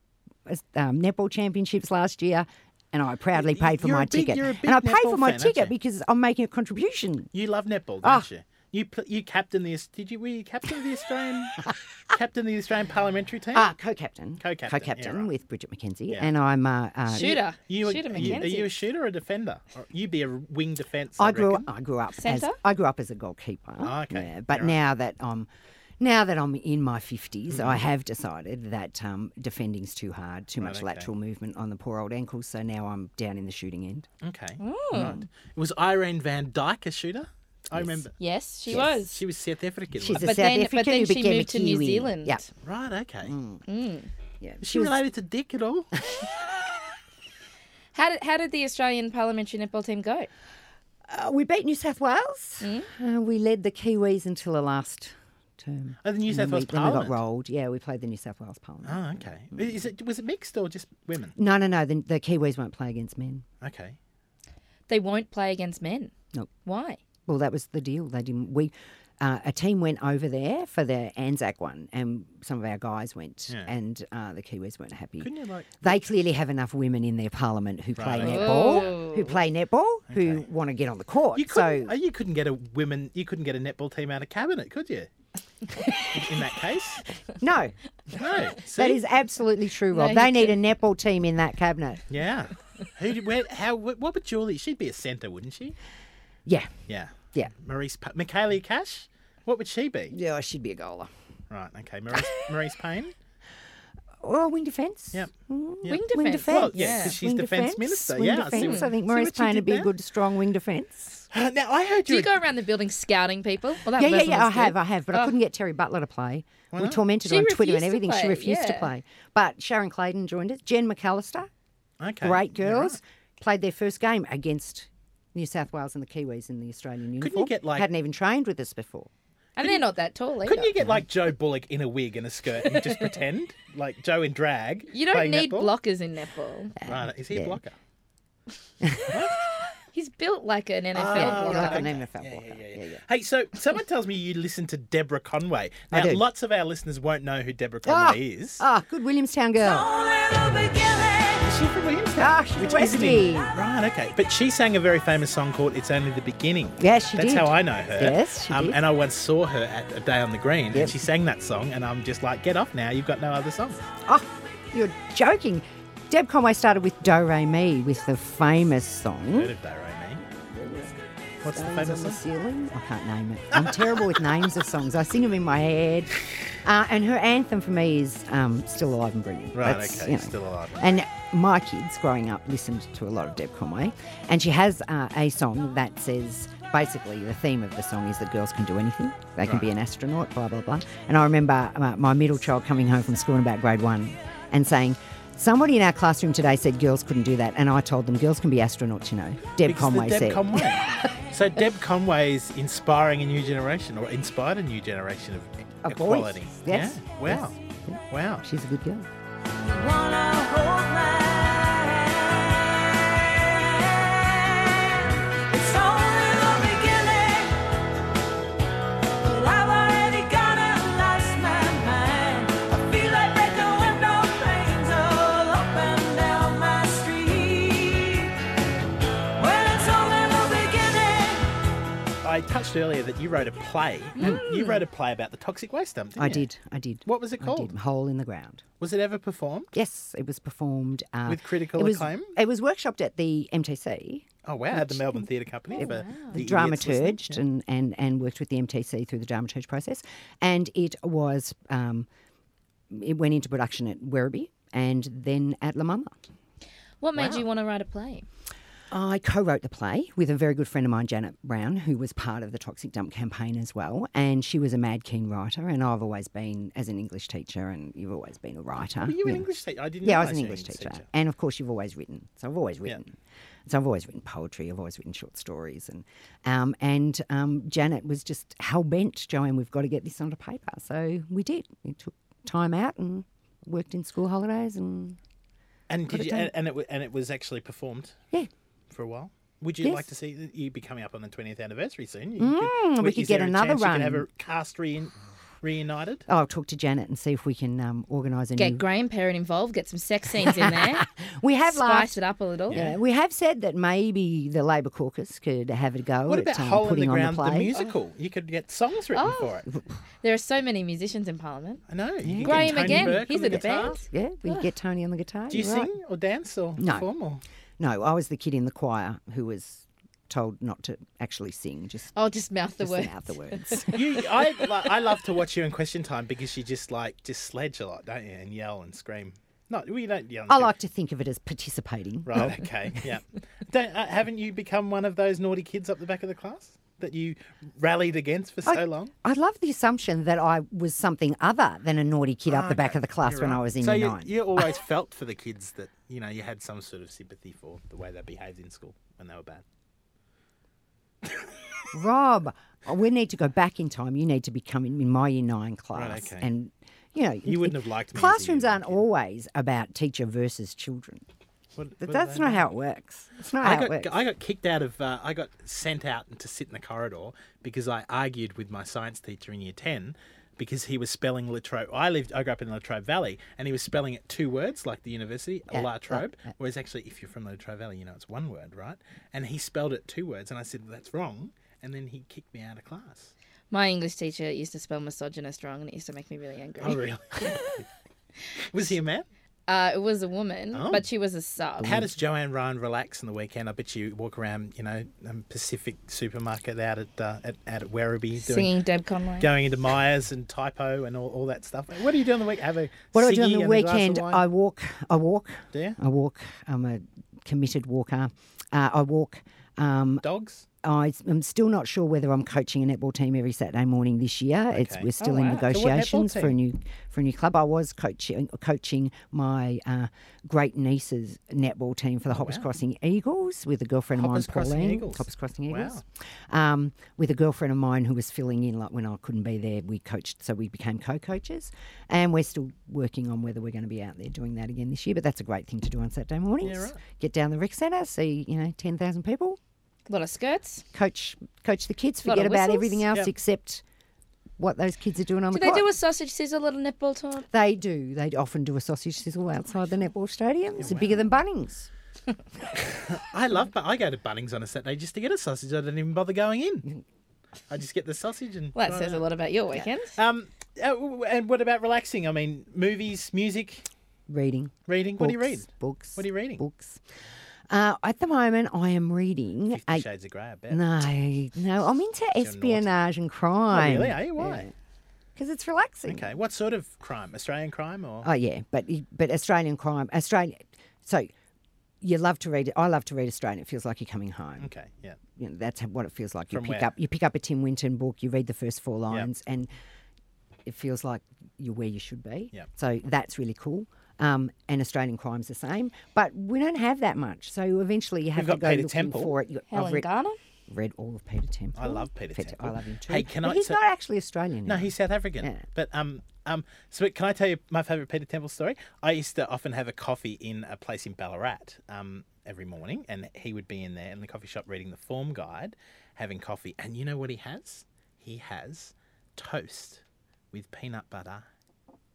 [SPEAKER 6] um, netball championships last year. And I proudly paid for
[SPEAKER 15] you're a
[SPEAKER 6] my
[SPEAKER 15] big-
[SPEAKER 6] ticket.
[SPEAKER 15] you're a big
[SPEAKER 6] and I paid
[SPEAKER 15] netball
[SPEAKER 6] for my
[SPEAKER 15] fan, aren't
[SPEAKER 6] ticket
[SPEAKER 15] you?
[SPEAKER 6] because I'm making a contribution.
[SPEAKER 15] You love netball, don't
[SPEAKER 6] Ah,
[SPEAKER 15] you? You pl- you captain the Aus- did you were you captain of the Australian captain of the Australian parliamentary team?
[SPEAKER 6] Ah, co-captain.
[SPEAKER 15] Co-captain.
[SPEAKER 6] Co-captain with Bridget McKenzie,
[SPEAKER 15] Yeah.
[SPEAKER 6] and I'm uh, uh,
[SPEAKER 11] Shooter.
[SPEAKER 15] You,
[SPEAKER 11] Shooter
[SPEAKER 15] you- are you
[SPEAKER 11] McKenzie.
[SPEAKER 15] a shooter or a defender? Or you be a wing defence. I,
[SPEAKER 6] I grew
[SPEAKER 15] reckon.
[SPEAKER 6] I grew up as
[SPEAKER 15] Centre?
[SPEAKER 6] I grew up as a goalkeeper.
[SPEAKER 15] Ah, okay.
[SPEAKER 6] Yeah, but
[SPEAKER 15] You're right.
[SPEAKER 6] now that I'm now that I'm in my 50s, I
[SPEAKER 15] Mhm.
[SPEAKER 6] have decided that um, defending's too hard, too
[SPEAKER 15] Right,
[SPEAKER 6] much
[SPEAKER 15] okay.
[SPEAKER 6] lateral movement on the poor old ankles. So now I'm down in the shooting end.
[SPEAKER 15] Okay.
[SPEAKER 11] Oh.
[SPEAKER 15] Right. Was Irene Van Dyke a shooter? I remember.
[SPEAKER 11] Yes, she was.
[SPEAKER 15] She was South African.
[SPEAKER 6] She's a
[SPEAKER 15] wasn't
[SPEAKER 6] South
[SPEAKER 11] then- but
[SPEAKER 6] African
[SPEAKER 11] then
[SPEAKER 6] who
[SPEAKER 11] she
[SPEAKER 6] became a
[SPEAKER 11] moved to New
[SPEAKER 6] Kiwi.
[SPEAKER 11] Zealand.
[SPEAKER 6] Yeah.
[SPEAKER 15] she? Right. Okay.
[SPEAKER 6] Yeah.
[SPEAKER 15] Is she,
[SPEAKER 6] she was-
[SPEAKER 15] related to Dick at all?
[SPEAKER 11] How did how did the Australian parliamentary netball team go? Mm.
[SPEAKER 6] Uh, we beat New South Wales. Uh, we led the Kiwis until the last term.
[SPEAKER 15] Oh, the New
[SPEAKER 6] And
[SPEAKER 15] South
[SPEAKER 6] then
[SPEAKER 15] Wales
[SPEAKER 6] we, then we got
[SPEAKER 15] Parliament.
[SPEAKER 6] rolled. Yeah, we played the New South Wales Parliament.
[SPEAKER 15] Oh, okay.
[SPEAKER 6] Mm.
[SPEAKER 15] Is it was it mixed or just women?
[SPEAKER 6] No, no, no. The, the Kiwis won't play against men.
[SPEAKER 15] Okay.
[SPEAKER 11] They won't play against men.
[SPEAKER 6] Nope.
[SPEAKER 11] Why?
[SPEAKER 6] Well, that was the deal. They didn't. We uh, a team went over there for the Anzac one, and some of our guys went,
[SPEAKER 11] Yeah.
[SPEAKER 6] and uh, the Kiwis weren't happy.
[SPEAKER 15] Couldn't you like?
[SPEAKER 6] They clearly have enough women in their parliament who play
[SPEAKER 15] Right.
[SPEAKER 6] netball, who play netball, who want to get on the court.
[SPEAKER 15] You
[SPEAKER 6] so
[SPEAKER 15] couldn't, oh, you couldn't get a women. You couldn't get a netball team out of cabinet, could you? In that case,
[SPEAKER 6] no,
[SPEAKER 15] no.
[SPEAKER 6] that
[SPEAKER 15] see?
[SPEAKER 6] is absolutely true,
[SPEAKER 15] No,
[SPEAKER 6] Rob.
[SPEAKER 15] you
[SPEAKER 6] they need a netball team in that cabinet.
[SPEAKER 15] Yeah. Who? Did, where? How? wh- What would Julie? She'd be a centre, wouldn't she?
[SPEAKER 6] Yeah,
[SPEAKER 15] Yeah.
[SPEAKER 6] yeah.
[SPEAKER 15] Maurice, pa- Michaela Cash. What would she be?
[SPEAKER 6] Yeah, she'd be a goaler.
[SPEAKER 15] Right. Okay. Maurice, Maurice Payne.
[SPEAKER 6] Or wing defence.
[SPEAKER 15] Yep.
[SPEAKER 6] Mm,
[SPEAKER 15] Yep.
[SPEAKER 6] Wing
[SPEAKER 15] Wing
[SPEAKER 6] defence.
[SPEAKER 15] defence. Well, yeah, 'cause she's
[SPEAKER 6] Wing
[SPEAKER 15] defence minister.
[SPEAKER 6] Wing
[SPEAKER 15] Yeah, I see
[SPEAKER 6] defence.
[SPEAKER 15] what-
[SPEAKER 6] I
[SPEAKER 15] see
[SPEAKER 6] think
[SPEAKER 15] what
[SPEAKER 6] Maurice
[SPEAKER 15] she
[SPEAKER 6] Payne
[SPEAKER 15] did
[SPEAKER 6] would be a
[SPEAKER 15] there.
[SPEAKER 6] good, strong wing defence.
[SPEAKER 15] now I heard
[SPEAKER 11] Do you go around the building scouting people? Well, that
[SPEAKER 6] yeah, yeah,
[SPEAKER 11] person
[SPEAKER 6] yeah. I
[SPEAKER 11] was good.
[SPEAKER 6] have, I have, but I
[SPEAKER 11] Oh.
[SPEAKER 6] couldn't get Terry Butler to play.
[SPEAKER 11] Why
[SPEAKER 6] we
[SPEAKER 11] not?
[SPEAKER 6] tormented her
[SPEAKER 11] She
[SPEAKER 6] on Twitter and
[SPEAKER 11] refused to
[SPEAKER 6] everything. she
[SPEAKER 11] play,
[SPEAKER 6] refused to
[SPEAKER 11] yeah.
[SPEAKER 6] play. But Sharon Clayton joined us. Jen McAllister,
[SPEAKER 15] Okay.
[SPEAKER 6] great
[SPEAKER 15] you're right.
[SPEAKER 6] girls, played their first game against New South Wales and the Kiwis in the Australian uniform.
[SPEAKER 15] you get, like-
[SPEAKER 6] hadn't even trained with us before?
[SPEAKER 11] And they're not that tall either.
[SPEAKER 15] Couldn't you get like Joe Bullock in a wig and a skirt and just pretend like Joe in drag?
[SPEAKER 11] You don't
[SPEAKER 15] playing
[SPEAKER 11] need
[SPEAKER 15] netball?
[SPEAKER 11] blockers in netball.
[SPEAKER 15] Right, is he a
[SPEAKER 11] Yeah.
[SPEAKER 15] blocker?
[SPEAKER 11] He's built like an NFL
[SPEAKER 15] Ah,
[SPEAKER 11] blocker.
[SPEAKER 15] like an
[SPEAKER 6] NFL
[SPEAKER 11] blocker.
[SPEAKER 15] Hey, so someone tells me you listen to Deborah Conway.
[SPEAKER 6] I
[SPEAKER 15] Now,
[SPEAKER 6] do.
[SPEAKER 15] lots of our listeners won't know who Deborah
[SPEAKER 6] Ah,
[SPEAKER 15] Conway Oh, is.
[SPEAKER 6] ah, good Williamstown girl.
[SPEAKER 15] Is she from Williamstown?
[SPEAKER 6] Ah, she's
[SPEAKER 15] Which isn't
[SPEAKER 6] Westie.
[SPEAKER 15] in- Right, okay. But she sang a very famous song called It's Only the Beginning.
[SPEAKER 6] Yes, she
[SPEAKER 15] That's
[SPEAKER 6] did.
[SPEAKER 15] how I know her.
[SPEAKER 6] Yes, she
[SPEAKER 15] um,
[SPEAKER 6] did.
[SPEAKER 15] And I once saw her at A Day on the Green and she sang that song and I'm just like, get off now, you've got no other song.
[SPEAKER 6] Oh, you're joking. Deb Conway started with Do Re Mi with the famous song.
[SPEAKER 15] Heard of Do Re Mi? What's the famous song?
[SPEAKER 6] I can't name it. I'm terrible with names of songs. I sing them in my head. Uh, and her anthem for me is um, Still Alive and Brilliant.
[SPEAKER 15] Right, okay, Still Alive
[SPEAKER 6] And my kids growing up listened to a lot of Deb Conway. And she has uh, a song that says basically the theme of the song is that girls can do anything. They can be an astronaut, blah, blah, blah. And I remember uh, my middle child coming home from school in about grade one and saying, Somebody in our classroom today said girls couldn't do that, and I told them girls can be astronauts, you know.
[SPEAKER 15] Because
[SPEAKER 6] Deb
[SPEAKER 15] the
[SPEAKER 6] Conway
[SPEAKER 15] Deb
[SPEAKER 6] said.
[SPEAKER 15] Conway. so Deb Conway is inspiring a new generation or inspired a new generation of, e-
[SPEAKER 6] Of boys.
[SPEAKER 15] equality.
[SPEAKER 6] Yes,
[SPEAKER 15] Yeah. Wow. Wow.
[SPEAKER 6] She's a good girl.
[SPEAKER 19] It's only the beginning. Well, I've already gone and lost my mind. I feel like breaking window panes all up and down my street. Well, it's only the beginning.
[SPEAKER 15] I touched earlier that you wrote a play. You wrote a play about the toxic waste dump, didn't
[SPEAKER 6] Hmm. I
[SPEAKER 15] you?
[SPEAKER 6] did. I did.
[SPEAKER 15] What was it
[SPEAKER 6] I
[SPEAKER 15] called?
[SPEAKER 6] did. Hole in the ground.
[SPEAKER 15] Was it ever performed?
[SPEAKER 6] Yes, it was performed uh,
[SPEAKER 15] With critical
[SPEAKER 6] it was-
[SPEAKER 15] acclaim?
[SPEAKER 6] It was workshopped at the MTC.
[SPEAKER 15] Oh wow! Oh, At the Melbourne Theatre Company. for
[SPEAKER 6] The
[SPEAKER 15] idiots listening.
[SPEAKER 6] dramaturged and, and, and worked with the MTC through the dramaturge process, and it was um, it went into production at Werribee and then at La Mama.
[SPEAKER 11] What made you want to write a play?
[SPEAKER 6] I co-wrote the play with a very good friend of mine, Janet Brown, who was part of the Toxic Dump campaign as well, and she was a mad keen writer. And I've always been, as an English teacher, and you've always been a writer.
[SPEAKER 15] Were you
[SPEAKER 6] you
[SPEAKER 15] an
[SPEAKER 6] know.
[SPEAKER 15] English teacher? I didn't.
[SPEAKER 6] Yeah, I was an
[SPEAKER 15] realise you were
[SPEAKER 6] English teacher. And of course, you've always written. So I've always written. So I've always written poetry. I've always written short stories. And um, and um, Janet was just hell bent, Joanne, we've got to get this onto paper. So we did. We took time out and worked in school holidays. And
[SPEAKER 15] And did
[SPEAKER 6] Put it
[SPEAKER 15] you,
[SPEAKER 6] down.
[SPEAKER 15] and, and it wa- and it was actually performed.
[SPEAKER 6] Yeah.
[SPEAKER 15] For a while. Would you
[SPEAKER 6] Yes.
[SPEAKER 15] like to see you be coming up on the twentieth anniversary soon? You
[SPEAKER 6] Mm, we could
[SPEAKER 15] is there
[SPEAKER 6] get
[SPEAKER 15] a
[SPEAKER 6] another
[SPEAKER 15] chance You could have
[SPEAKER 6] run.
[SPEAKER 15] a cast re reunited?
[SPEAKER 6] I'll talk to Janet and see if we can um, organise a
[SPEAKER 11] Get
[SPEAKER 6] new.
[SPEAKER 11] Graham Parent involved, get some sex scenes in there.
[SPEAKER 6] we have
[SPEAKER 11] Spice
[SPEAKER 6] laughed-
[SPEAKER 11] it up a little.
[SPEAKER 6] Yeah, we have said that maybe the Labor caucus could have a go
[SPEAKER 11] What
[SPEAKER 6] at
[SPEAKER 11] about
[SPEAKER 6] um,
[SPEAKER 11] Hole in the
[SPEAKER 6] putting on
[SPEAKER 11] Ground,
[SPEAKER 6] the
[SPEAKER 11] the
[SPEAKER 6] play. Oh.
[SPEAKER 15] musical? You could get songs written
[SPEAKER 11] Oh.
[SPEAKER 15] for it.
[SPEAKER 11] There are so many musicians in Parliament. I
[SPEAKER 15] know.
[SPEAKER 6] can
[SPEAKER 11] Graham
[SPEAKER 6] get Tony
[SPEAKER 11] again.
[SPEAKER 6] Burke
[SPEAKER 11] he's
[SPEAKER 6] on
[SPEAKER 11] at
[SPEAKER 6] the
[SPEAKER 11] the
[SPEAKER 6] guitar.
[SPEAKER 11] band.
[SPEAKER 6] Yeah, we get Tony on the guitar.
[SPEAKER 15] Do you
[SPEAKER 6] you're right.
[SPEAKER 15] sing or dance or
[SPEAKER 6] No.
[SPEAKER 15] perform? Or?
[SPEAKER 6] No, I was the kid in the choir who was told not to actually sing. Just
[SPEAKER 11] I'll just mouth the
[SPEAKER 6] Just
[SPEAKER 11] words.
[SPEAKER 6] mouth the words.
[SPEAKER 15] you, I, lo- I love to watch you in Question Time because you just like just sledge a lot, don't you? And yell and scream. No, we don't yell. and
[SPEAKER 6] I
[SPEAKER 15] scream.
[SPEAKER 6] like to think of it as participating.
[SPEAKER 15] Right. Okay. Yeah. Don't, uh, haven't you become one of those naughty kids up the back of the class that you rallied against for so
[SPEAKER 6] I-
[SPEAKER 15] long?
[SPEAKER 6] I love the assumption that I was something other than a naughty kid up the back of the class
[SPEAKER 15] You're
[SPEAKER 6] when I
[SPEAKER 15] right.
[SPEAKER 6] was in
[SPEAKER 15] so
[SPEAKER 6] year
[SPEAKER 15] you,
[SPEAKER 6] nine.
[SPEAKER 15] You always felt for the kids that you know you had some sort of sympathy for the way they behaved in school when they were bad.
[SPEAKER 6] Rob, we need to go back in time. You need to become in, in my year nine class.
[SPEAKER 15] okay.
[SPEAKER 6] And, you know,
[SPEAKER 15] You wouldn't have liked me as a
[SPEAKER 6] Classrooms aren't always about teacher versus children.
[SPEAKER 15] What-
[SPEAKER 6] But
[SPEAKER 15] what
[SPEAKER 6] that's
[SPEAKER 15] did I
[SPEAKER 6] not
[SPEAKER 15] do?
[SPEAKER 6] how it works. It's not
[SPEAKER 2] Ah,
[SPEAKER 15] I
[SPEAKER 6] how
[SPEAKER 15] got,
[SPEAKER 6] it works.
[SPEAKER 15] I got kicked out of. Uh, I got sent out to sit in the corridor because I argued with my science teacher in year ten because he was spelling Latrobe. I lived. I grew up in Latrobe Valley, and he was spelling it two words like the university,
[SPEAKER 2] Yeah,
[SPEAKER 15] La Trobe. Whereas actually, if you're from Latrobe Valley, you know it's one word, right? And he spelled it two words, and I said well, that's wrong, and then he kicked me out of class.
[SPEAKER 11] My English teacher used to spell misogynist wrong and it used to make me really angry.
[SPEAKER 15] Oh really? was he a man?
[SPEAKER 11] Uh, it was a woman,
[SPEAKER 15] Oh.
[SPEAKER 11] but she was a sub.
[SPEAKER 15] How does Joanne Ryan relax on the weekend? I bet you walk around, you know, um, Pacific supermarket out at uh, at, out at Werribee doing,
[SPEAKER 11] Singing Deb Conway.
[SPEAKER 15] going into Myers and Typo and all, all that stuff. What do you do on the week? Have a
[SPEAKER 6] What do I do on
[SPEAKER 15] ciggy and
[SPEAKER 6] the
[SPEAKER 15] a glass of
[SPEAKER 6] weekend?
[SPEAKER 15] wine?
[SPEAKER 6] I walk. I walk.
[SPEAKER 15] Do you?
[SPEAKER 6] I walk. I'm a committed walker. Uh, I walk. Um,
[SPEAKER 15] Dogs.
[SPEAKER 6] I, am still not sure whether I'm coaching a netball team every Saturday morning this year. It's,
[SPEAKER 18] Okay.
[SPEAKER 6] we're still
[SPEAKER 18] Oh,
[SPEAKER 6] in
[SPEAKER 18] wow. So what netball
[SPEAKER 6] negotiations for a
[SPEAKER 18] team?
[SPEAKER 6] new for a new club. I was coaching coaching my uh, great niece's netball team for the Hoppers Crossing Eagles with a girlfriend
[SPEAKER 18] Oh, Hoppers
[SPEAKER 6] of mine,
[SPEAKER 18] Crossing
[SPEAKER 6] Pauline.
[SPEAKER 18] Eagles.
[SPEAKER 6] Hoppers Crossing
[SPEAKER 18] Wow.
[SPEAKER 6] Eagles um, with a girlfriend of mine who was filling in. Like when I couldn't be there, we coached, so we became co-coaches, and we're still working on whether we're going to be out there doing that again this year. But that's a great thing to do on Saturday mornings.
[SPEAKER 11] right.
[SPEAKER 6] Get down the rec centre, see you know ten thousand people,
[SPEAKER 11] A lot of skirts.
[SPEAKER 6] coach coach the kids,
[SPEAKER 11] Lot of
[SPEAKER 6] forget about
[SPEAKER 11] whistles.
[SPEAKER 6] everything else
[SPEAKER 11] Yep.
[SPEAKER 6] except what those kids are doing on
[SPEAKER 11] Do
[SPEAKER 6] the
[SPEAKER 11] they
[SPEAKER 6] court.
[SPEAKER 11] do a sausage sizzle at a netball tour?
[SPEAKER 6] they do. They often do a sausage sizzle outside the netball stadium. It's bigger than Bunnings.
[SPEAKER 15] I love, but I go to Bunnings on a Saturday just to get a sausage. I don't even bother going in. I just get the sausage and.
[SPEAKER 11] Well, that says a lot about your weekend.
[SPEAKER 15] Um, uh, w- and what about relaxing? I mean, movies, music,
[SPEAKER 6] Reading.
[SPEAKER 15] reading. what do you
[SPEAKER 6] Books,
[SPEAKER 15] read?
[SPEAKER 6] Books.
[SPEAKER 15] What are you reading?
[SPEAKER 6] Books. Uh, at the moment, I am reading.
[SPEAKER 15] Fifty
[SPEAKER 6] a-
[SPEAKER 15] Shades of Grey. I bet.
[SPEAKER 6] No, no, I'm into espionage and
[SPEAKER 15] Oh,
[SPEAKER 6] crime.
[SPEAKER 15] really? Are you? Why?
[SPEAKER 6] Because it's relaxing.
[SPEAKER 15] Okay. What sort of crime? Australian crime or?
[SPEAKER 6] Oh yeah, but but Australian crime, Australia. So you love to read. I love to read Australian. It feels like you're coming home.
[SPEAKER 15] Okay. Yeah.
[SPEAKER 6] You know, that's what it feels like. You
[SPEAKER 15] From
[SPEAKER 6] pick
[SPEAKER 15] where?
[SPEAKER 6] up you pick up a Tim Winton book. You read the first four lines, and it feels like you're where you should be.
[SPEAKER 18] Yep.
[SPEAKER 6] So that's really cool. Um, and Australian crime's the same, but we don't have that much. So you eventually you have
[SPEAKER 15] got
[SPEAKER 6] to go
[SPEAKER 15] Peter
[SPEAKER 6] looking
[SPEAKER 15] Temple.
[SPEAKER 6] for it. You- I've
[SPEAKER 11] Helen
[SPEAKER 6] read-
[SPEAKER 11] Garner?
[SPEAKER 6] Read all of Peter Temple.
[SPEAKER 15] I love Peter
[SPEAKER 6] Fet-
[SPEAKER 15] Temple.
[SPEAKER 6] I love him too.
[SPEAKER 15] Hey, can
[SPEAKER 6] But
[SPEAKER 15] I-
[SPEAKER 6] He's
[SPEAKER 15] so-
[SPEAKER 6] not actually Australian.
[SPEAKER 15] No,
[SPEAKER 6] now.
[SPEAKER 15] he's South African.
[SPEAKER 6] Yeah.
[SPEAKER 15] But um um so can I tell you my favourite Peter Temple story? I used to often have a coffee in a place in Ballarat um every morning and he would be in there in the coffee shop reading the form guide, having coffee, and you know what he has? He has toast with peanut butter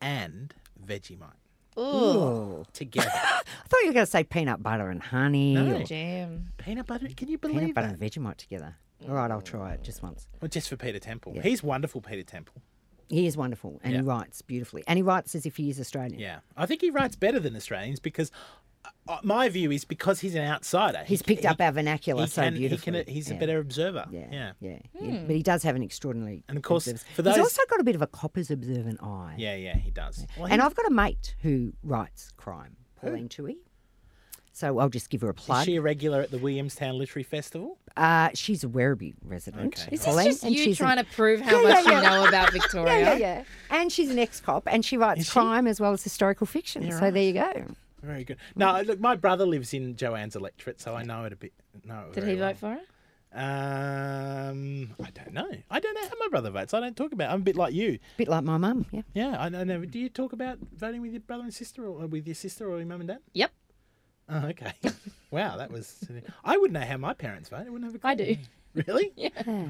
[SPEAKER 15] and Vegemite.
[SPEAKER 6] Ooh.
[SPEAKER 15] Together.
[SPEAKER 6] I thought you were going to say peanut butter and honey.
[SPEAKER 15] No.
[SPEAKER 6] or
[SPEAKER 11] Jam.
[SPEAKER 15] Peanut butter? Can you believe
[SPEAKER 6] peanut butter
[SPEAKER 15] that?
[SPEAKER 6] and Vegemite together. All right, I'll try it just once.
[SPEAKER 15] Well, just for Peter Temple.
[SPEAKER 6] Yeah.
[SPEAKER 15] He's wonderful, Peter Temple.
[SPEAKER 6] He is wonderful and he writes beautifully. And he writes as if he is Australian.
[SPEAKER 15] Yeah, I think he writes better than Australians because uh, my view is because he's an outsider.
[SPEAKER 6] He's
[SPEAKER 15] he-
[SPEAKER 6] picked
[SPEAKER 15] he-
[SPEAKER 6] up our vernacular
[SPEAKER 15] he
[SPEAKER 6] so
[SPEAKER 15] can- he
[SPEAKER 6] beautifully.
[SPEAKER 15] can- he's
[SPEAKER 6] Yeah.
[SPEAKER 15] a better observer. Yeah,
[SPEAKER 6] Yeah,
[SPEAKER 15] yeah,
[SPEAKER 6] yeah. yeah.
[SPEAKER 11] Hmm.
[SPEAKER 6] But he does have an extraordinarily.
[SPEAKER 15] And of course,
[SPEAKER 6] observant-
[SPEAKER 15] for
[SPEAKER 6] He's
[SPEAKER 15] those-
[SPEAKER 6] also got a bit of a copper's observant eye.
[SPEAKER 15] yeah, yeah, he does. Well,
[SPEAKER 6] and
[SPEAKER 15] he-
[SPEAKER 6] I've got a mate who writes crime, Pauline Tui. So I'll just give her a
[SPEAKER 15] Is
[SPEAKER 6] plug.
[SPEAKER 15] she a regular at the Williamstown Literary Festival?
[SPEAKER 6] Uh, she's a Werribee resident.
[SPEAKER 15] Okay.
[SPEAKER 11] Is this
[SPEAKER 6] Pauline,
[SPEAKER 11] just
[SPEAKER 6] and
[SPEAKER 11] you
[SPEAKER 6] she's an-
[SPEAKER 11] trying to prove how
[SPEAKER 6] Yeah,
[SPEAKER 11] much
[SPEAKER 6] yeah, yeah.
[SPEAKER 11] you know about
[SPEAKER 6] Yeah,
[SPEAKER 11] Victoria?
[SPEAKER 6] yeah, yeah. And she's an ex cop and she writes crime as well as historical fiction.
[SPEAKER 15] Yeah,
[SPEAKER 6] so
[SPEAKER 15] right.
[SPEAKER 6] there you go.
[SPEAKER 15] Very good. No, look, my brother lives in Joanne's electorate, so I know it a bit. No,
[SPEAKER 11] Did he vote for her?
[SPEAKER 15] Um, I don't know. I don't know how my brother votes. I don't talk about. It. I'm a bit like you.
[SPEAKER 6] Bit like my mum, yeah.
[SPEAKER 15] Yeah, I don't know. Do you talk about voting with your brother and sister, or with your sister, or your mum and dad?
[SPEAKER 11] Yep.
[SPEAKER 15] Oh, okay. wow, that was. I wouldn't know how my parents vote. I wouldn't have a clue.
[SPEAKER 11] I do.
[SPEAKER 15] Really?
[SPEAKER 11] Yeah.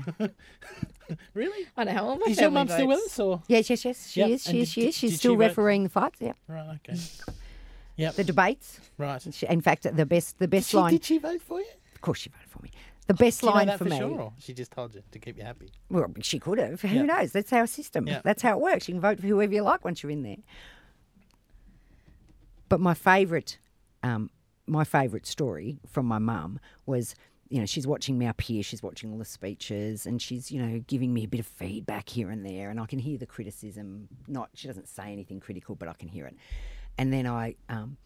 [SPEAKER 15] really?
[SPEAKER 11] I know how old my
[SPEAKER 15] Is your
[SPEAKER 11] family
[SPEAKER 15] mum still with
[SPEAKER 11] votes.
[SPEAKER 15] us, or
[SPEAKER 6] Yes, yes, yes. She
[SPEAKER 15] Yep,
[SPEAKER 6] is.
[SPEAKER 15] and
[SPEAKER 6] She is.
[SPEAKER 15] did-
[SPEAKER 6] She is.
[SPEAKER 15] did-
[SPEAKER 6] She's
[SPEAKER 15] did
[SPEAKER 6] still
[SPEAKER 15] she vote?
[SPEAKER 6] refereeing the fights. Yeah.
[SPEAKER 15] Right. Okay. Yep.
[SPEAKER 6] The debates.
[SPEAKER 15] Right.
[SPEAKER 6] She, in fact, the best. The best
[SPEAKER 15] she-
[SPEAKER 6] line.
[SPEAKER 15] did she vote for you?
[SPEAKER 6] Of course, she voted for me. The best
[SPEAKER 15] Do you know
[SPEAKER 6] line
[SPEAKER 15] that
[SPEAKER 6] for
[SPEAKER 15] for
[SPEAKER 6] me.
[SPEAKER 15] Sure, or she just told you to keep you happy.
[SPEAKER 6] Well, she could have. Who
[SPEAKER 15] Yeah.
[SPEAKER 6] knows? That's our system.
[SPEAKER 15] Yeah.
[SPEAKER 6] That's how it works. You can vote for whoever you like once you're in there. But my favourite, um, my favourite story from my mum was, you know, she's watching me up here. She's watching all the speeches, and she's, you know, giving me a bit of feedback here and there, and I can hear the criticism. Not she doesn't say anything critical, but I can hear it. And then I. Um,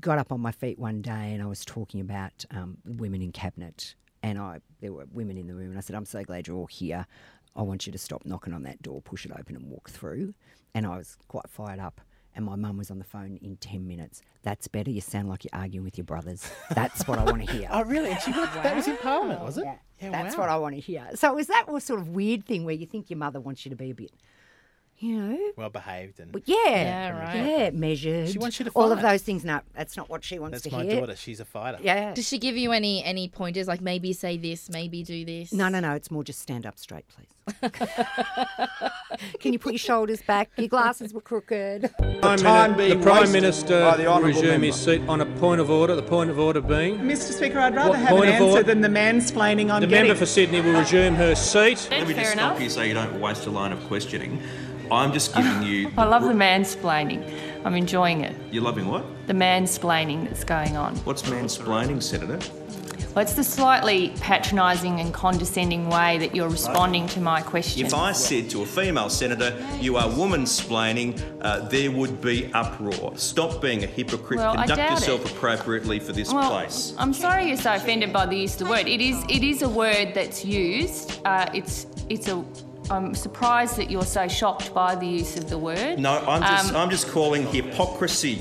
[SPEAKER 6] got up on my feet one day and I was talking about um, women in cabinet, and I there were women in the room, and I said, "I'm so glad you're all here. I want you to stop knocking on that door, push it open, and walk through." And I was quite fired up. And my mum was on the phone in ten minutes. That's better. You sound like you're arguing with your brothers. That's what I want to hear.
[SPEAKER 15] Oh, really? And she got, that was in Parliament, was it?
[SPEAKER 6] Yeah. That's what I want to hear. So it was that sort of weird thing where you think your mother wants you to be a bit, you know,
[SPEAKER 15] Well behaved and
[SPEAKER 6] well, yeah, yeah, measured.
[SPEAKER 15] She wants you to
[SPEAKER 6] all of
[SPEAKER 15] fight.
[SPEAKER 6] those things. No, that's not what she wants
[SPEAKER 15] That's
[SPEAKER 6] to
[SPEAKER 15] my
[SPEAKER 6] hear.
[SPEAKER 15] daughter. She's a fighter.
[SPEAKER 6] Yeah.
[SPEAKER 11] Does she give you any any pointers like maybe say this, maybe do this?
[SPEAKER 6] No, no, no. It's more just stand up straight, please. Can you put your shoulders back? Your glasses were crooked.
[SPEAKER 2] Prime
[SPEAKER 6] time
[SPEAKER 2] Mini-
[SPEAKER 6] being
[SPEAKER 2] the Prime
[SPEAKER 6] wasted
[SPEAKER 2] Minister
[SPEAKER 6] by the
[SPEAKER 2] will
[SPEAKER 6] honourable
[SPEAKER 2] resume his seat on a point of order. The point of order being
[SPEAKER 12] Mr. Speaker, I'd rather
[SPEAKER 2] What
[SPEAKER 12] have an
[SPEAKER 2] point of
[SPEAKER 12] answer
[SPEAKER 2] order?
[SPEAKER 12] than the mansplaining I'm
[SPEAKER 2] the
[SPEAKER 12] getting.
[SPEAKER 2] member for Sydney will resume her seat.
[SPEAKER 5] Let me just stop you so you don't waste a line of questioning. I'm just giving you.
[SPEAKER 7] I love the mansplaining. I'm enjoying it.
[SPEAKER 5] You're loving what?
[SPEAKER 7] The mansplaining that's going on.
[SPEAKER 5] What's mansplaining, Senator?
[SPEAKER 7] Well, it's the slightly patronising and condescending way that you're responding to my question.
[SPEAKER 5] If I said to a female senator, you are womansplaining, uh, there would be uproar. Stop being a hypocrite.
[SPEAKER 7] Well, I
[SPEAKER 5] Conduct
[SPEAKER 7] doubt
[SPEAKER 5] yourself appropriately for this
[SPEAKER 7] well,
[SPEAKER 5] place.
[SPEAKER 7] I'm sorry you're so offended by the use of the word. It is it is a word that's used. Uh, it's it's a. I'm surprised that you're so shocked by the use of the word.
[SPEAKER 5] No, I'm just,
[SPEAKER 7] Um,
[SPEAKER 5] I'm just calling hypocrisy.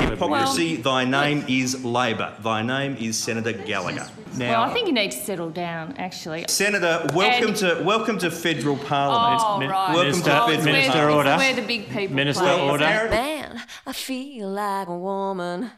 [SPEAKER 5] Hypocrisy, thy name is Labor. Thy name is Senator Gallagher.
[SPEAKER 7] well, I think you need to settle down, actually.
[SPEAKER 5] Senator, welcome
[SPEAKER 7] And-
[SPEAKER 5] to welcome to federal parliament.
[SPEAKER 7] Oh, right.
[SPEAKER 5] Welcome
[SPEAKER 7] Minister-
[SPEAKER 5] to federal
[SPEAKER 7] Minister
[SPEAKER 5] parliament.
[SPEAKER 7] order. Where the big people Minister play. order.
[SPEAKER 10] Man, I feel like a woman.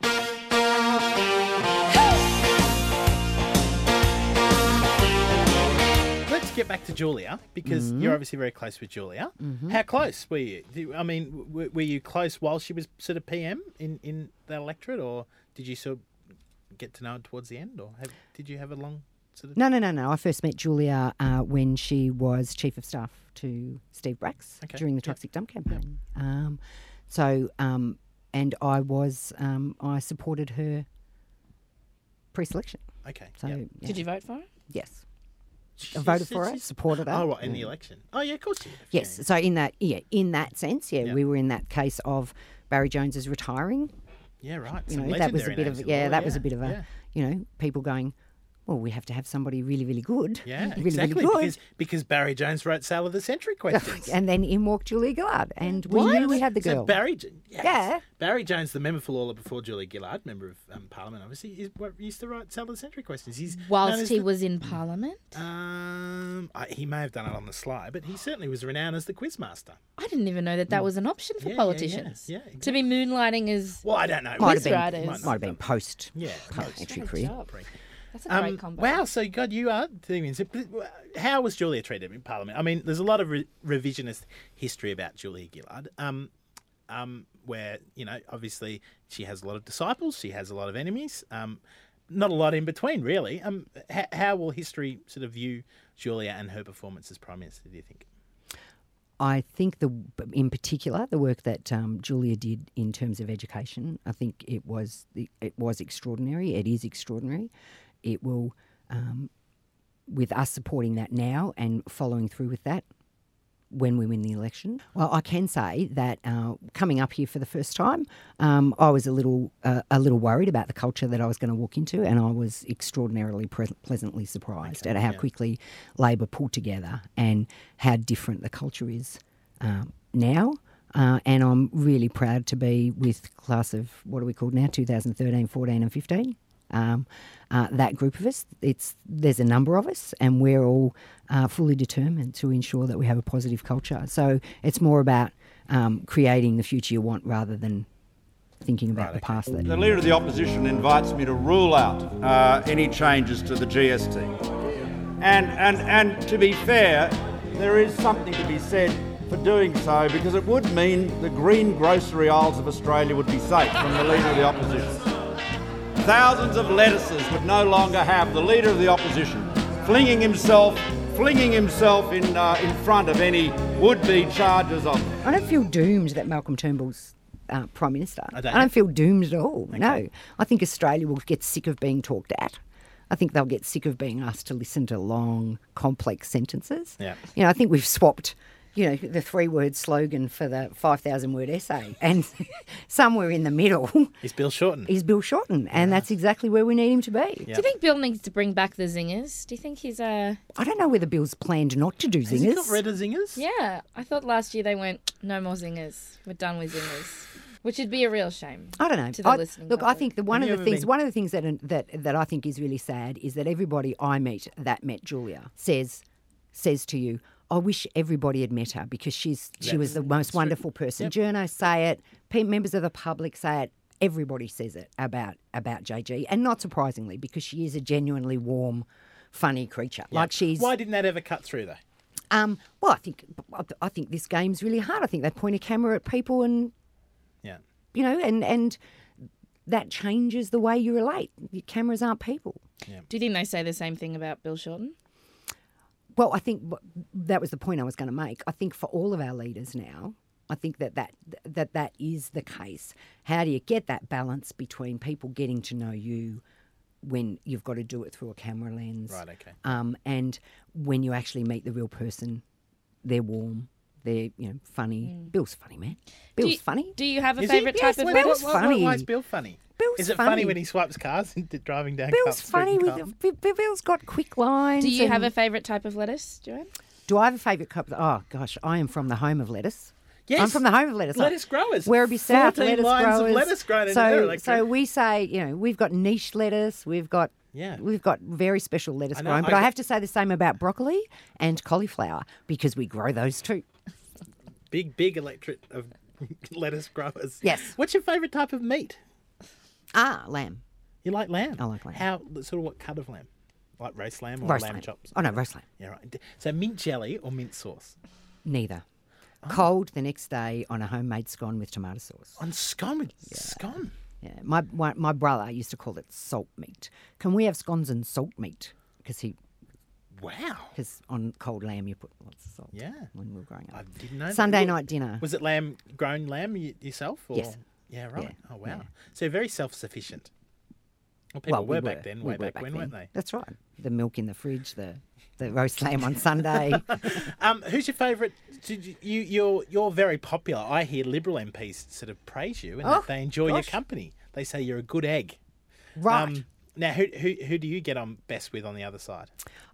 [SPEAKER 15] Let's get back to Julia because
[SPEAKER 6] Mm-hmm.
[SPEAKER 25] Mhm.
[SPEAKER 15] you're obviously very close with Julia.
[SPEAKER 25] Mhm.
[SPEAKER 15] How close were you? Do- I mean, w- w- were you close while she was sort of PM in in that electorate, or did you sort of get to know her towards the end, or have, did you have a long sort of?
[SPEAKER 6] No, no, no, no. I first met Julia uh, when she was chief of staff to Steve Brax
[SPEAKER 10] Okay,
[SPEAKER 6] during the
[SPEAKER 10] yeah.
[SPEAKER 6] Toxic Dump campaign. Um, so, um, and I was, um, I supported her pre-selection.
[SPEAKER 15] Okay,
[SPEAKER 6] So,
[SPEAKER 15] yep.
[SPEAKER 6] yeah.
[SPEAKER 11] Did you vote for her?
[SPEAKER 6] Yes. I voted
[SPEAKER 15] She-
[SPEAKER 6] for
[SPEAKER 15] she-
[SPEAKER 6] her,
[SPEAKER 15] she-
[SPEAKER 6] supported her.
[SPEAKER 15] Oh, what, in the
[SPEAKER 6] Yeah.
[SPEAKER 15] election? Oh, yeah, of course. You did.
[SPEAKER 6] Yes. So in that, yeah, in that sense, yeah, we were in that case of Barry Jones is retiring.
[SPEAKER 15] Yeah, right.
[SPEAKER 6] You
[SPEAKER 15] Some
[SPEAKER 6] know, that was a
[SPEAKER 15] legendary
[SPEAKER 6] bit of
[SPEAKER 15] names in
[SPEAKER 6] yeah,
[SPEAKER 15] law,
[SPEAKER 6] that was a
[SPEAKER 15] yeah,
[SPEAKER 6] bit of a you know people going, well, we have to have somebody really, really good.
[SPEAKER 15] Yeah,
[SPEAKER 6] really,
[SPEAKER 15] exactly.
[SPEAKER 6] really good. Oh,
[SPEAKER 15] because, because Barry Jones wrote Sale of the Century questions.
[SPEAKER 6] and then in walked Julia Gillard, and we
[SPEAKER 15] What?
[SPEAKER 6] knew we had the girl.
[SPEAKER 15] So Barry, Jo- yes.
[SPEAKER 6] Yeah.
[SPEAKER 15] Barry Jones, the member for Lawler before Julia Gillard, member of um, Parliament, obviously, is what used to write Sale of the Century questions. He's known as
[SPEAKER 11] Whilst he
[SPEAKER 15] the-
[SPEAKER 11] was in Parliament?
[SPEAKER 15] Um, I, he may have done it on the sly, but he certainly was renowned as the quizmaster.
[SPEAKER 11] I didn't even know that that was an option
[SPEAKER 15] Mm.
[SPEAKER 11] for
[SPEAKER 15] Yeah, yeah, yeah.
[SPEAKER 11] politicians.
[SPEAKER 15] Yeah,
[SPEAKER 11] To be moonlighting as
[SPEAKER 15] well, I don't know.
[SPEAKER 6] might have
[SPEAKER 11] quiz
[SPEAKER 6] been,
[SPEAKER 11] writers.
[SPEAKER 6] might have been post
[SPEAKER 15] Yeah,
[SPEAKER 6] parliamentary
[SPEAKER 15] post.
[SPEAKER 6] career.
[SPEAKER 11] That's
[SPEAKER 2] Um,
[SPEAKER 11] a great combo.
[SPEAKER 15] Um, Wow, so God, you are doing this. uh, How was Julia treated in Parliament? I mean, there's a lot of re- revisionist history about Julia Gillard, um, um, where you know, obviously, she has a lot of disciples, she has a lot of enemies, um, not a lot in between, really. Um, how, how will history sort of view Julia and her performance as Prime Minister? Do you think?
[SPEAKER 6] I think the in particular the work that um, Julia did in terms of education, I think it was the, it was extraordinary. It is extraordinary. It will, um, with us supporting that now and following through with that when we win the election. Well, I can say that uh, coming up here for the first time, um, I was a little uh, a little worried about the culture that I was going to walk into, and I was extraordinarily pre- pleasantly surprised at how quickly Labor pulled together and how different the culture is um, now. Uh, and I'm really proud to be with class of what are we called now 2013, 14, and 15. Um, uh, that group of us, it's there's a number of us, and we're all uh, fully determined to ensure that we have a positive culture. So it's more about um, creating the future you want rather than thinking about the past. That
[SPEAKER 9] The Leader of the Opposition invites me to rule out uh, any changes to the GST.
[SPEAKER 1] And, and, and to be fair, there is something to be said for doing so because it would mean the green grocery aisles of Australia would be safe from the Leader of the Opposition. Thousands of lettuces would no longer have the Leader of the Opposition flinging himself, flinging himself in, uh, in front of any would-be charges of
[SPEAKER 6] I don't feel doomed that Malcolm Turnbull's uh, Prime Minister. I
[SPEAKER 1] don't-
[SPEAKER 6] don't, feel doomed at all. No. I think Australia will get sick of being talked at. I think they'll get sick of being asked to listen to long, complex sentences.
[SPEAKER 19] Yeah.
[SPEAKER 6] You know, I think we've swapped, you know, the three word slogan for the 5,000 word essay. And somewhere in the middle
[SPEAKER 15] Is Bill Shorten?
[SPEAKER 6] is Bill Shorten. And that's exactly where we need him to be.
[SPEAKER 11] Do you think Bill needs to bring back the zingers? Do you think he's uh
[SPEAKER 6] I don't know whether Bill's planned not to do
[SPEAKER 11] Has he got
[SPEAKER 6] zingers.
[SPEAKER 11] rid
[SPEAKER 15] of zingers?
[SPEAKER 11] Yeah, I thought last year they went no more zingers. We're done with zingers, which would be a real shame.
[SPEAKER 6] I don't know.
[SPEAKER 11] To the
[SPEAKER 6] I-
[SPEAKER 11] listening
[SPEAKER 6] look, I
[SPEAKER 11] public.
[SPEAKER 6] think that one of the things one of the things that that that I think is really sad is that everybody I meet that met Julia says says to you, I wish everybody had met her because she's she
[SPEAKER 3] Yeah.
[SPEAKER 6] was the most wonderful person.
[SPEAKER 3] Yep.
[SPEAKER 6] Journos say it, pe- members of the public say it. Everybody says it about about JG, and not surprisingly, because she is a genuinely warm, funny creature. Like she's
[SPEAKER 15] Why didn't that ever cut through though?
[SPEAKER 6] um, well, I think I think this game's really hard. I think they point a camera at people and
[SPEAKER 15] Yeah.
[SPEAKER 6] you know, and and that changes the way you relate. Your cameras aren't people.
[SPEAKER 11] Do you think they say the same thing about Bill Shorten?
[SPEAKER 6] Well, I think wh- that was the point I was going to make. I think for all of our leaders now, I think that that that that is the case. How do you get that balance between people getting to know you when you've got to do it through a camera lens,
[SPEAKER 15] Right, okay.
[SPEAKER 6] Um, and when you actually meet the real person, they're warm. They're you know funny.
[SPEAKER 11] Mm.
[SPEAKER 6] Bill's a funny man.
[SPEAKER 11] Do
[SPEAKER 6] Bill's
[SPEAKER 11] you-
[SPEAKER 6] funny.
[SPEAKER 11] Do you have a
[SPEAKER 6] Is he?
[SPEAKER 11] favourite
[SPEAKER 6] Yes,
[SPEAKER 11] type of
[SPEAKER 6] well,
[SPEAKER 11] Bill?
[SPEAKER 6] Bill's funny.
[SPEAKER 15] Why is Bill funny?
[SPEAKER 6] Bill's
[SPEAKER 15] is it funny.
[SPEAKER 6] funny.
[SPEAKER 15] when he swipes cars and driving down?
[SPEAKER 6] Bill's funny with B- B- Bill's got quick lines.
[SPEAKER 11] Do you have a
[SPEAKER 6] and-
[SPEAKER 11] favourite type of lettuce, Joanne?
[SPEAKER 6] Do I have a favourite cup? Oh gosh, I am from the home of lettuce. I'm
[SPEAKER 15] Yes,
[SPEAKER 6] from the home of lettuce.
[SPEAKER 15] lettuce growers.
[SPEAKER 6] Werribee South
[SPEAKER 15] 14
[SPEAKER 6] lettuce
[SPEAKER 15] lines of
[SPEAKER 6] growers.
[SPEAKER 15] lettuce grown in
[SPEAKER 6] so,
[SPEAKER 15] there, like-
[SPEAKER 6] so we say, you know, we've got niche lettuce. We've got
[SPEAKER 15] Yeah.
[SPEAKER 6] we've got very special lettuce
[SPEAKER 15] I know,
[SPEAKER 6] grown. But
[SPEAKER 15] I-
[SPEAKER 6] I have to say the same about broccoli and cauliflower because we grow those too.
[SPEAKER 15] big, big electorate of lettuce growers.
[SPEAKER 6] Yes.
[SPEAKER 15] What's your favourite type of meat?
[SPEAKER 6] Ah, lamb.
[SPEAKER 15] You like lamb?
[SPEAKER 6] I like lamb.
[SPEAKER 15] How? Sort of what cut of lamb? Like roast lamb or
[SPEAKER 6] Roast
[SPEAKER 15] lamb
[SPEAKER 6] lamb.
[SPEAKER 15] chops?
[SPEAKER 6] Oh, no, roast lamb.
[SPEAKER 15] Yeah, right. D- So mint jelly or mint sauce?
[SPEAKER 6] Neither.
[SPEAKER 15] Oh.
[SPEAKER 6] Cold the next day on a homemade scone with tomato sauce.
[SPEAKER 15] On scone with scone.
[SPEAKER 6] Yeah, my, my my brother used to call it salt meat. Can we have scones and salt meat? Because he,
[SPEAKER 15] Wow.
[SPEAKER 6] because on cold lamb you put lots of salt.
[SPEAKER 15] Yeah.
[SPEAKER 6] when we were growing up.
[SPEAKER 15] I didn't know. that.
[SPEAKER 6] Sunday
[SPEAKER 15] Wa-
[SPEAKER 6] night dinner.
[SPEAKER 15] Was it lamb grown lamb y- yourself? Or?
[SPEAKER 6] Yes.
[SPEAKER 15] Yeah. Right.
[SPEAKER 6] Yeah,
[SPEAKER 15] Oh wow.
[SPEAKER 6] yeah.
[SPEAKER 15] So very self sufficient. Well, people were,
[SPEAKER 6] we
[SPEAKER 15] back then.
[SPEAKER 6] we
[SPEAKER 15] way
[SPEAKER 6] were
[SPEAKER 15] back, when, weren't they?
[SPEAKER 6] That's right. The milk in the fridge, the the roast lamb on Sunday.
[SPEAKER 15] Um, who's your favourite? did You, you you're you're very popular. I hear Liberal MPs sort of praise you and that
[SPEAKER 6] Oh,
[SPEAKER 15] they enjoy
[SPEAKER 6] gosh.
[SPEAKER 15] your company. They say you're a good egg. Um,
[SPEAKER 6] Right.
[SPEAKER 15] now, who, who who do you get on best with on the other side?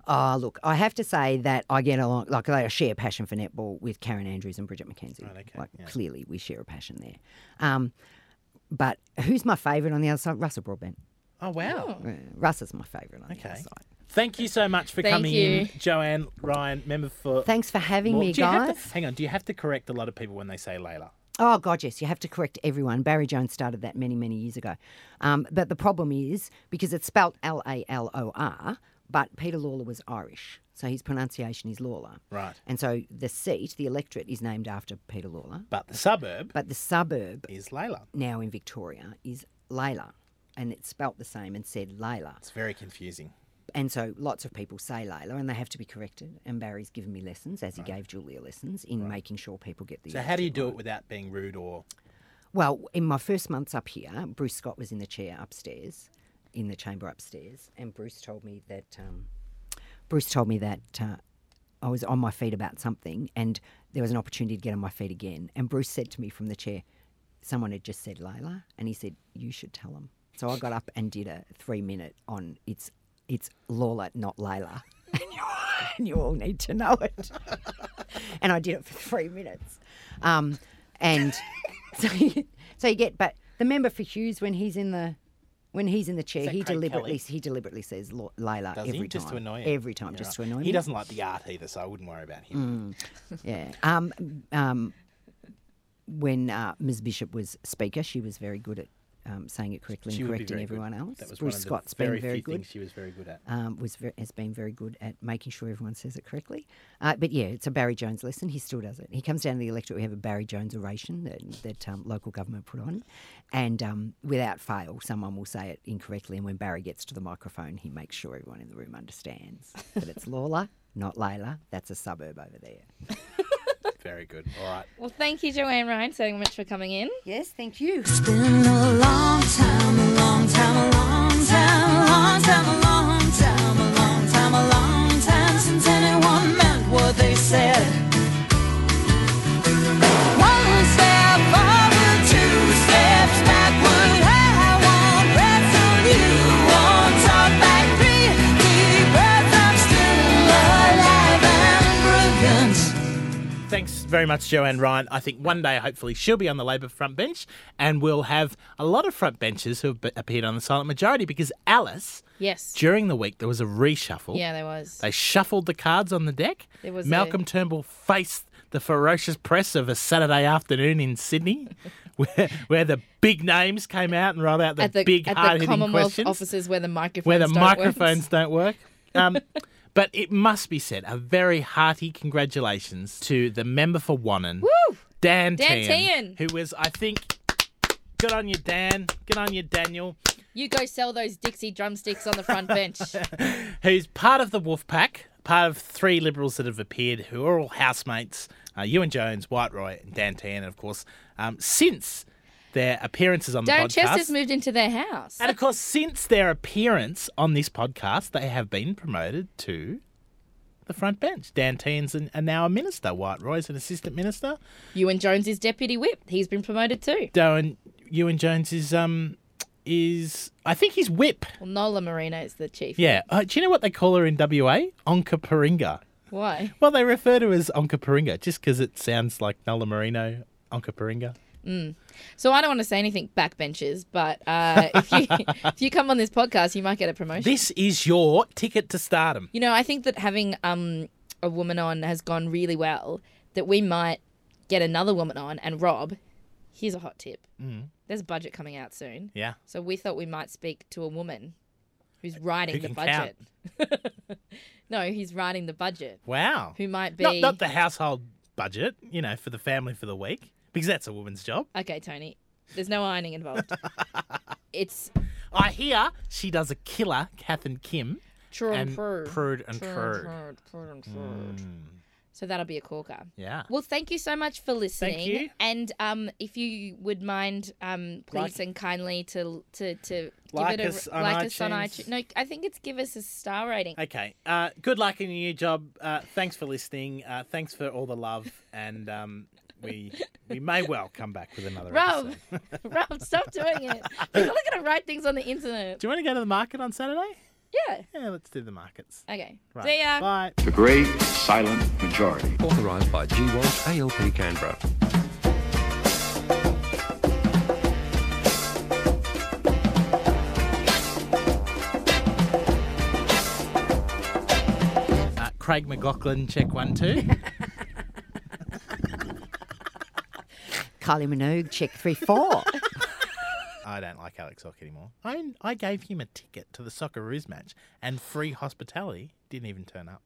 [SPEAKER 6] Ah, look, I have to say that I get along, like I share a passion for netball with Karen Andrews and Bridget McKenzie. like clearly we share a passion there. Um, but who's my favourite on the other side? Russell Broadbent.
[SPEAKER 15] Oh wow.
[SPEAKER 6] Uh, Russ is my favourite on the other side.
[SPEAKER 15] Thank you so much for
[SPEAKER 6] Thank
[SPEAKER 15] coming in, Joanne Ryan, member for.
[SPEAKER 6] Thanks for having me,
[SPEAKER 15] do you have to-
[SPEAKER 6] guys.
[SPEAKER 15] hang on, do you have to correct a lot of people when they say Layla?
[SPEAKER 6] Oh God, yes, you have to correct everyone. Barry Jones started that many, many years ago. Um, but the problem is because it's spelt L A L O R, but Peter Lawler was Irish, so his pronunciation is Lawler.
[SPEAKER 15] Right.
[SPEAKER 6] And so the seat, the electorate, is named after Peter Lawler.
[SPEAKER 15] But the suburb.
[SPEAKER 6] But the suburb
[SPEAKER 15] is Layla.
[SPEAKER 6] Now in Victoria is Layla, and it's spelt the same and said Layla.
[SPEAKER 15] It's very confusing.
[SPEAKER 6] And so lots of people say Layla, and they have to be corrected. And Barry's given me lessons, as he gave Julia lessons, in making sure people get the.
[SPEAKER 15] So how do you do it without being rude or?
[SPEAKER 6] Well, in my first months up here, Bruce Scott was in the chair upstairs, in the chamber upstairs, and Bruce told me that um, Bruce told me that uh, I was on my feet about something, and there was an opportunity to get on my feet again. And Bruce said to me from the chair, someone had just said Layla, and he said, "You should tell them." So I got up and did a three minute on it's it's Lawler, not Layla. and you all need to know it. and I did it for three minutes. Um, and so you, so you get, but the member for Hughes when he's in the when he's in the
[SPEAKER 15] Is
[SPEAKER 6] chair,
[SPEAKER 15] that
[SPEAKER 6] he
[SPEAKER 15] Craig
[SPEAKER 6] deliberately
[SPEAKER 15] Kelly?
[SPEAKER 6] he deliberately says Law- Layla
[SPEAKER 15] Does
[SPEAKER 6] every
[SPEAKER 15] he?
[SPEAKER 6] time,
[SPEAKER 15] Just to annoy him.
[SPEAKER 6] every time,
[SPEAKER 15] Yeah,
[SPEAKER 6] just
[SPEAKER 15] right.
[SPEAKER 6] to annoy him.
[SPEAKER 15] He doesn't like the art either, so I wouldn't worry about him.
[SPEAKER 6] Mm. yeah. Um, um, when uh, Ms. Bishop was Speaker, she was very good at
[SPEAKER 3] um, saying it correctly
[SPEAKER 15] She
[SPEAKER 3] and
[SPEAKER 15] would be
[SPEAKER 3] correcting
[SPEAKER 15] very good.
[SPEAKER 3] everyone else.
[SPEAKER 15] That was one
[SPEAKER 3] Bruce
[SPEAKER 15] of the
[SPEAKER 3] Scott's
[SPEAKER 15] very
[SPEAKER 3] been very
[SPEAKER 15] few
[SPEAKER 3] good.
[SPEAKER 15] things she was very good at.
[SPEAKER 3] Um, was ver- has been very good at making sure everyone says it correctly. Uh, but yeah, it's a Barry Jones lesson. He still does it. He comes down to the electorate. We have a Barry Jones oration that that um, local government put on, and um, without fail, someone will say it incorrectly. And when Barry gets to the microphone, he makes sure everyone in the room understands that it's Lawler, not Layla. That's a suburb over there.
[SPEAKER 6] Mm.
[SPEAKER 15] Very good. All right.
[SPEAKER 11] Well, thank you, Joanne Ryan, so much for coming in.
[SPEAKER 6] Yes, thank you.
[SPEAKER 11] It's
[SPEAKER 19] been a long time, a long time, a long time, a long time, a long time, a long time, a long time since anyone meant what they said. One step forward, two steps backward. I won't rest till you won't talk back. Three deep breaths, I'm still alive and brilliant.
[SPEAKER 15] Thanks very much, Joanne Ryan. I think one day, hopefully, she'll be on the Labor front bench, and we'll have a lot of front benchers who have be- appeared on the Silent Majority because Alice,
[SPEAKER 11] Yes.
[SPEAKER 15] during the week, there was a reshuffle.
[SPEAKER 11] Yeah, there was.
[SPEAKER 15] They shuffled the cards on the deck.
[SPEAKER 11] There was
[SPEAKER 15] Malcolm
[SPEAKER 11] a-
[SPEAKER 15] Turnbull faced the ferocious press of a Saturday afternoon in Sydney, where, where the big names came out and rolled out the,
[SPEAKER 11] at the,
[SPEAKER 15] big
[SPEAKER 11] at
[SPEAKER 15] hard
[SPEAKER 11] the
[SPEAKER 15] hitting
[SPEAKER 11] Commonwealth
[SPEAKER 15] questions
[SPEAKER 11] offices where the microphones
[SPEAKER 15] where the
[SPEAKER 11] don't work.
[SPEAKER 15] microphones don't work. Um, but it must be said, a very hearty congratulations to the member for Wannon,
[SPEAKER 11] Woo!
[SPEAKER 15] Dan,
[SPEAKER 11] Dan
[SPEAKER 15] Tehan, who was, I think, good on you, Dan. Good on you, Daniel.
[SPEAKER 11] You go sell those Dixie drumsticks on the front bench.
[SPEAKER 15] Who's part of the Wolf Pack, part of three Liberals that have appeared, who are all housemates: uh, Ewan Jones, Whiteroy, and Dan Tehan, and of course, um, since their appearances on the
[SPEAKER 11] Darren
[SPEAKER 15] podcast.
[SPEAKER 11] Chester's moved into their house.
[SPEAKER 15] And of course, since their appearance on this podcast, they have been promoted to the front bench. Dan Teens and, and now a minister. White Roy's an assistant minister.
[SPEAKER 11] Ewan Jones is deputy whip. He's been promoted too.
[SPEAKER 15] Darren Ewan Jones is um is I think he's whip.
[SPEAKER 11] Well, Nola Marino is the chief.
[SPEAKER 15] Yeah. Uh, do you know what they call her in WA? Onka Paringa.
[SPEAKER 11] Why?
[SPEAKER 15] Well, they refer to her as Onka Paringa just because it sounds like Nola Marino. Onka Paringa.
[SPEAKER 11] Mm. So I don't want to say anything backbenchers, but uh, if you if you come on this podcast, you might get a promotion.
[SPEAKER 15] This is your ticket to stardom.
[SPEAKER 11] You know, I think that having um, a woman on has gone really well. That we might get another woman on, and Rob, here's a hot tip.
[SPEAKER 15] Mm.
[SPEAKER 11] There's a budget coming out soon.
[SPEAKER 15] Yeah.
[SPEAKER 11] So we thought we might speak to a woman who's writing
[SPEAKER 15] Who
[SPEAKER 11] the
[SPEAKER 15] can
[SPEAKER 11] budget. no, he's writing the budget.
[SPEAKER 15] Wow.
[SPEAKER 11] Who might be
[SPEAKER 15] Not, not the household budget, you know, for the family for the week, because that's a woman's job.
[SPEAKER 11] Okay, Tony. There's no ironing involved. it's
[SPEAKER 15] I hear she does a killer, Kath and Kim.
[SPEAKER 11] true and, prude.
[SPEAKER 15] Prude and prude.
[SPEAKER 11] prude, prude and prude.
[SPEAKER 15] Mm,
[SPEAKER 11] So that'll be a corker.
[SPEAKER 15] yeah.
[SPEAKER 11] Well, thank you so much for listening.
[SPEAKER 15] you.
[SPEAKER 11] And um, if you would mind, um, please
[SPEAKER 15] Like-
[SPEAKER 11] and kindly to to to
[SPEAKER 15] Like
[SPEAKER 11] give it a
[SPEAKER 15] us on
[SPEAKER 11] like us on
[SPEAKER 15] iTunes.
[SPEAKER 11] iTunes. No, I think it's give us a star rating.
[SPEAKER 15] Okay. Uh, good luck in your new job. Uh, thanks for listening. Uh, thanks for all the love, and um, we we may well come back with another. episode.
[SPEAKER 11] Rob, Rob, stop doing it. People are gonna write things on the internet.
[SPEAKER 15] Do you want to go to the market on Saturday?
[SPEAKER 11] Yeah.
[SPEAKER 15] Yeah. Let's do the markets.
[SPEAKER 11] Okay.
[SPEAKER 15] Right.
[SPEAKER 11] See ya.
[SPEAKER 15] Bye.
[SPEAKER 8] The Great Silent Majority. Authorised by G Walsh ALP Canberra.
[SPEAKER 15] Uh, Craig McLaughlin, check one two.
[SPEAKER 3] Kylie Minogue, check three four.
[SPEAKER 15] I don't like Alex Ock anymore. I I gave him a ticket to the Socceroos match and free hospitality. Didn't even turn up.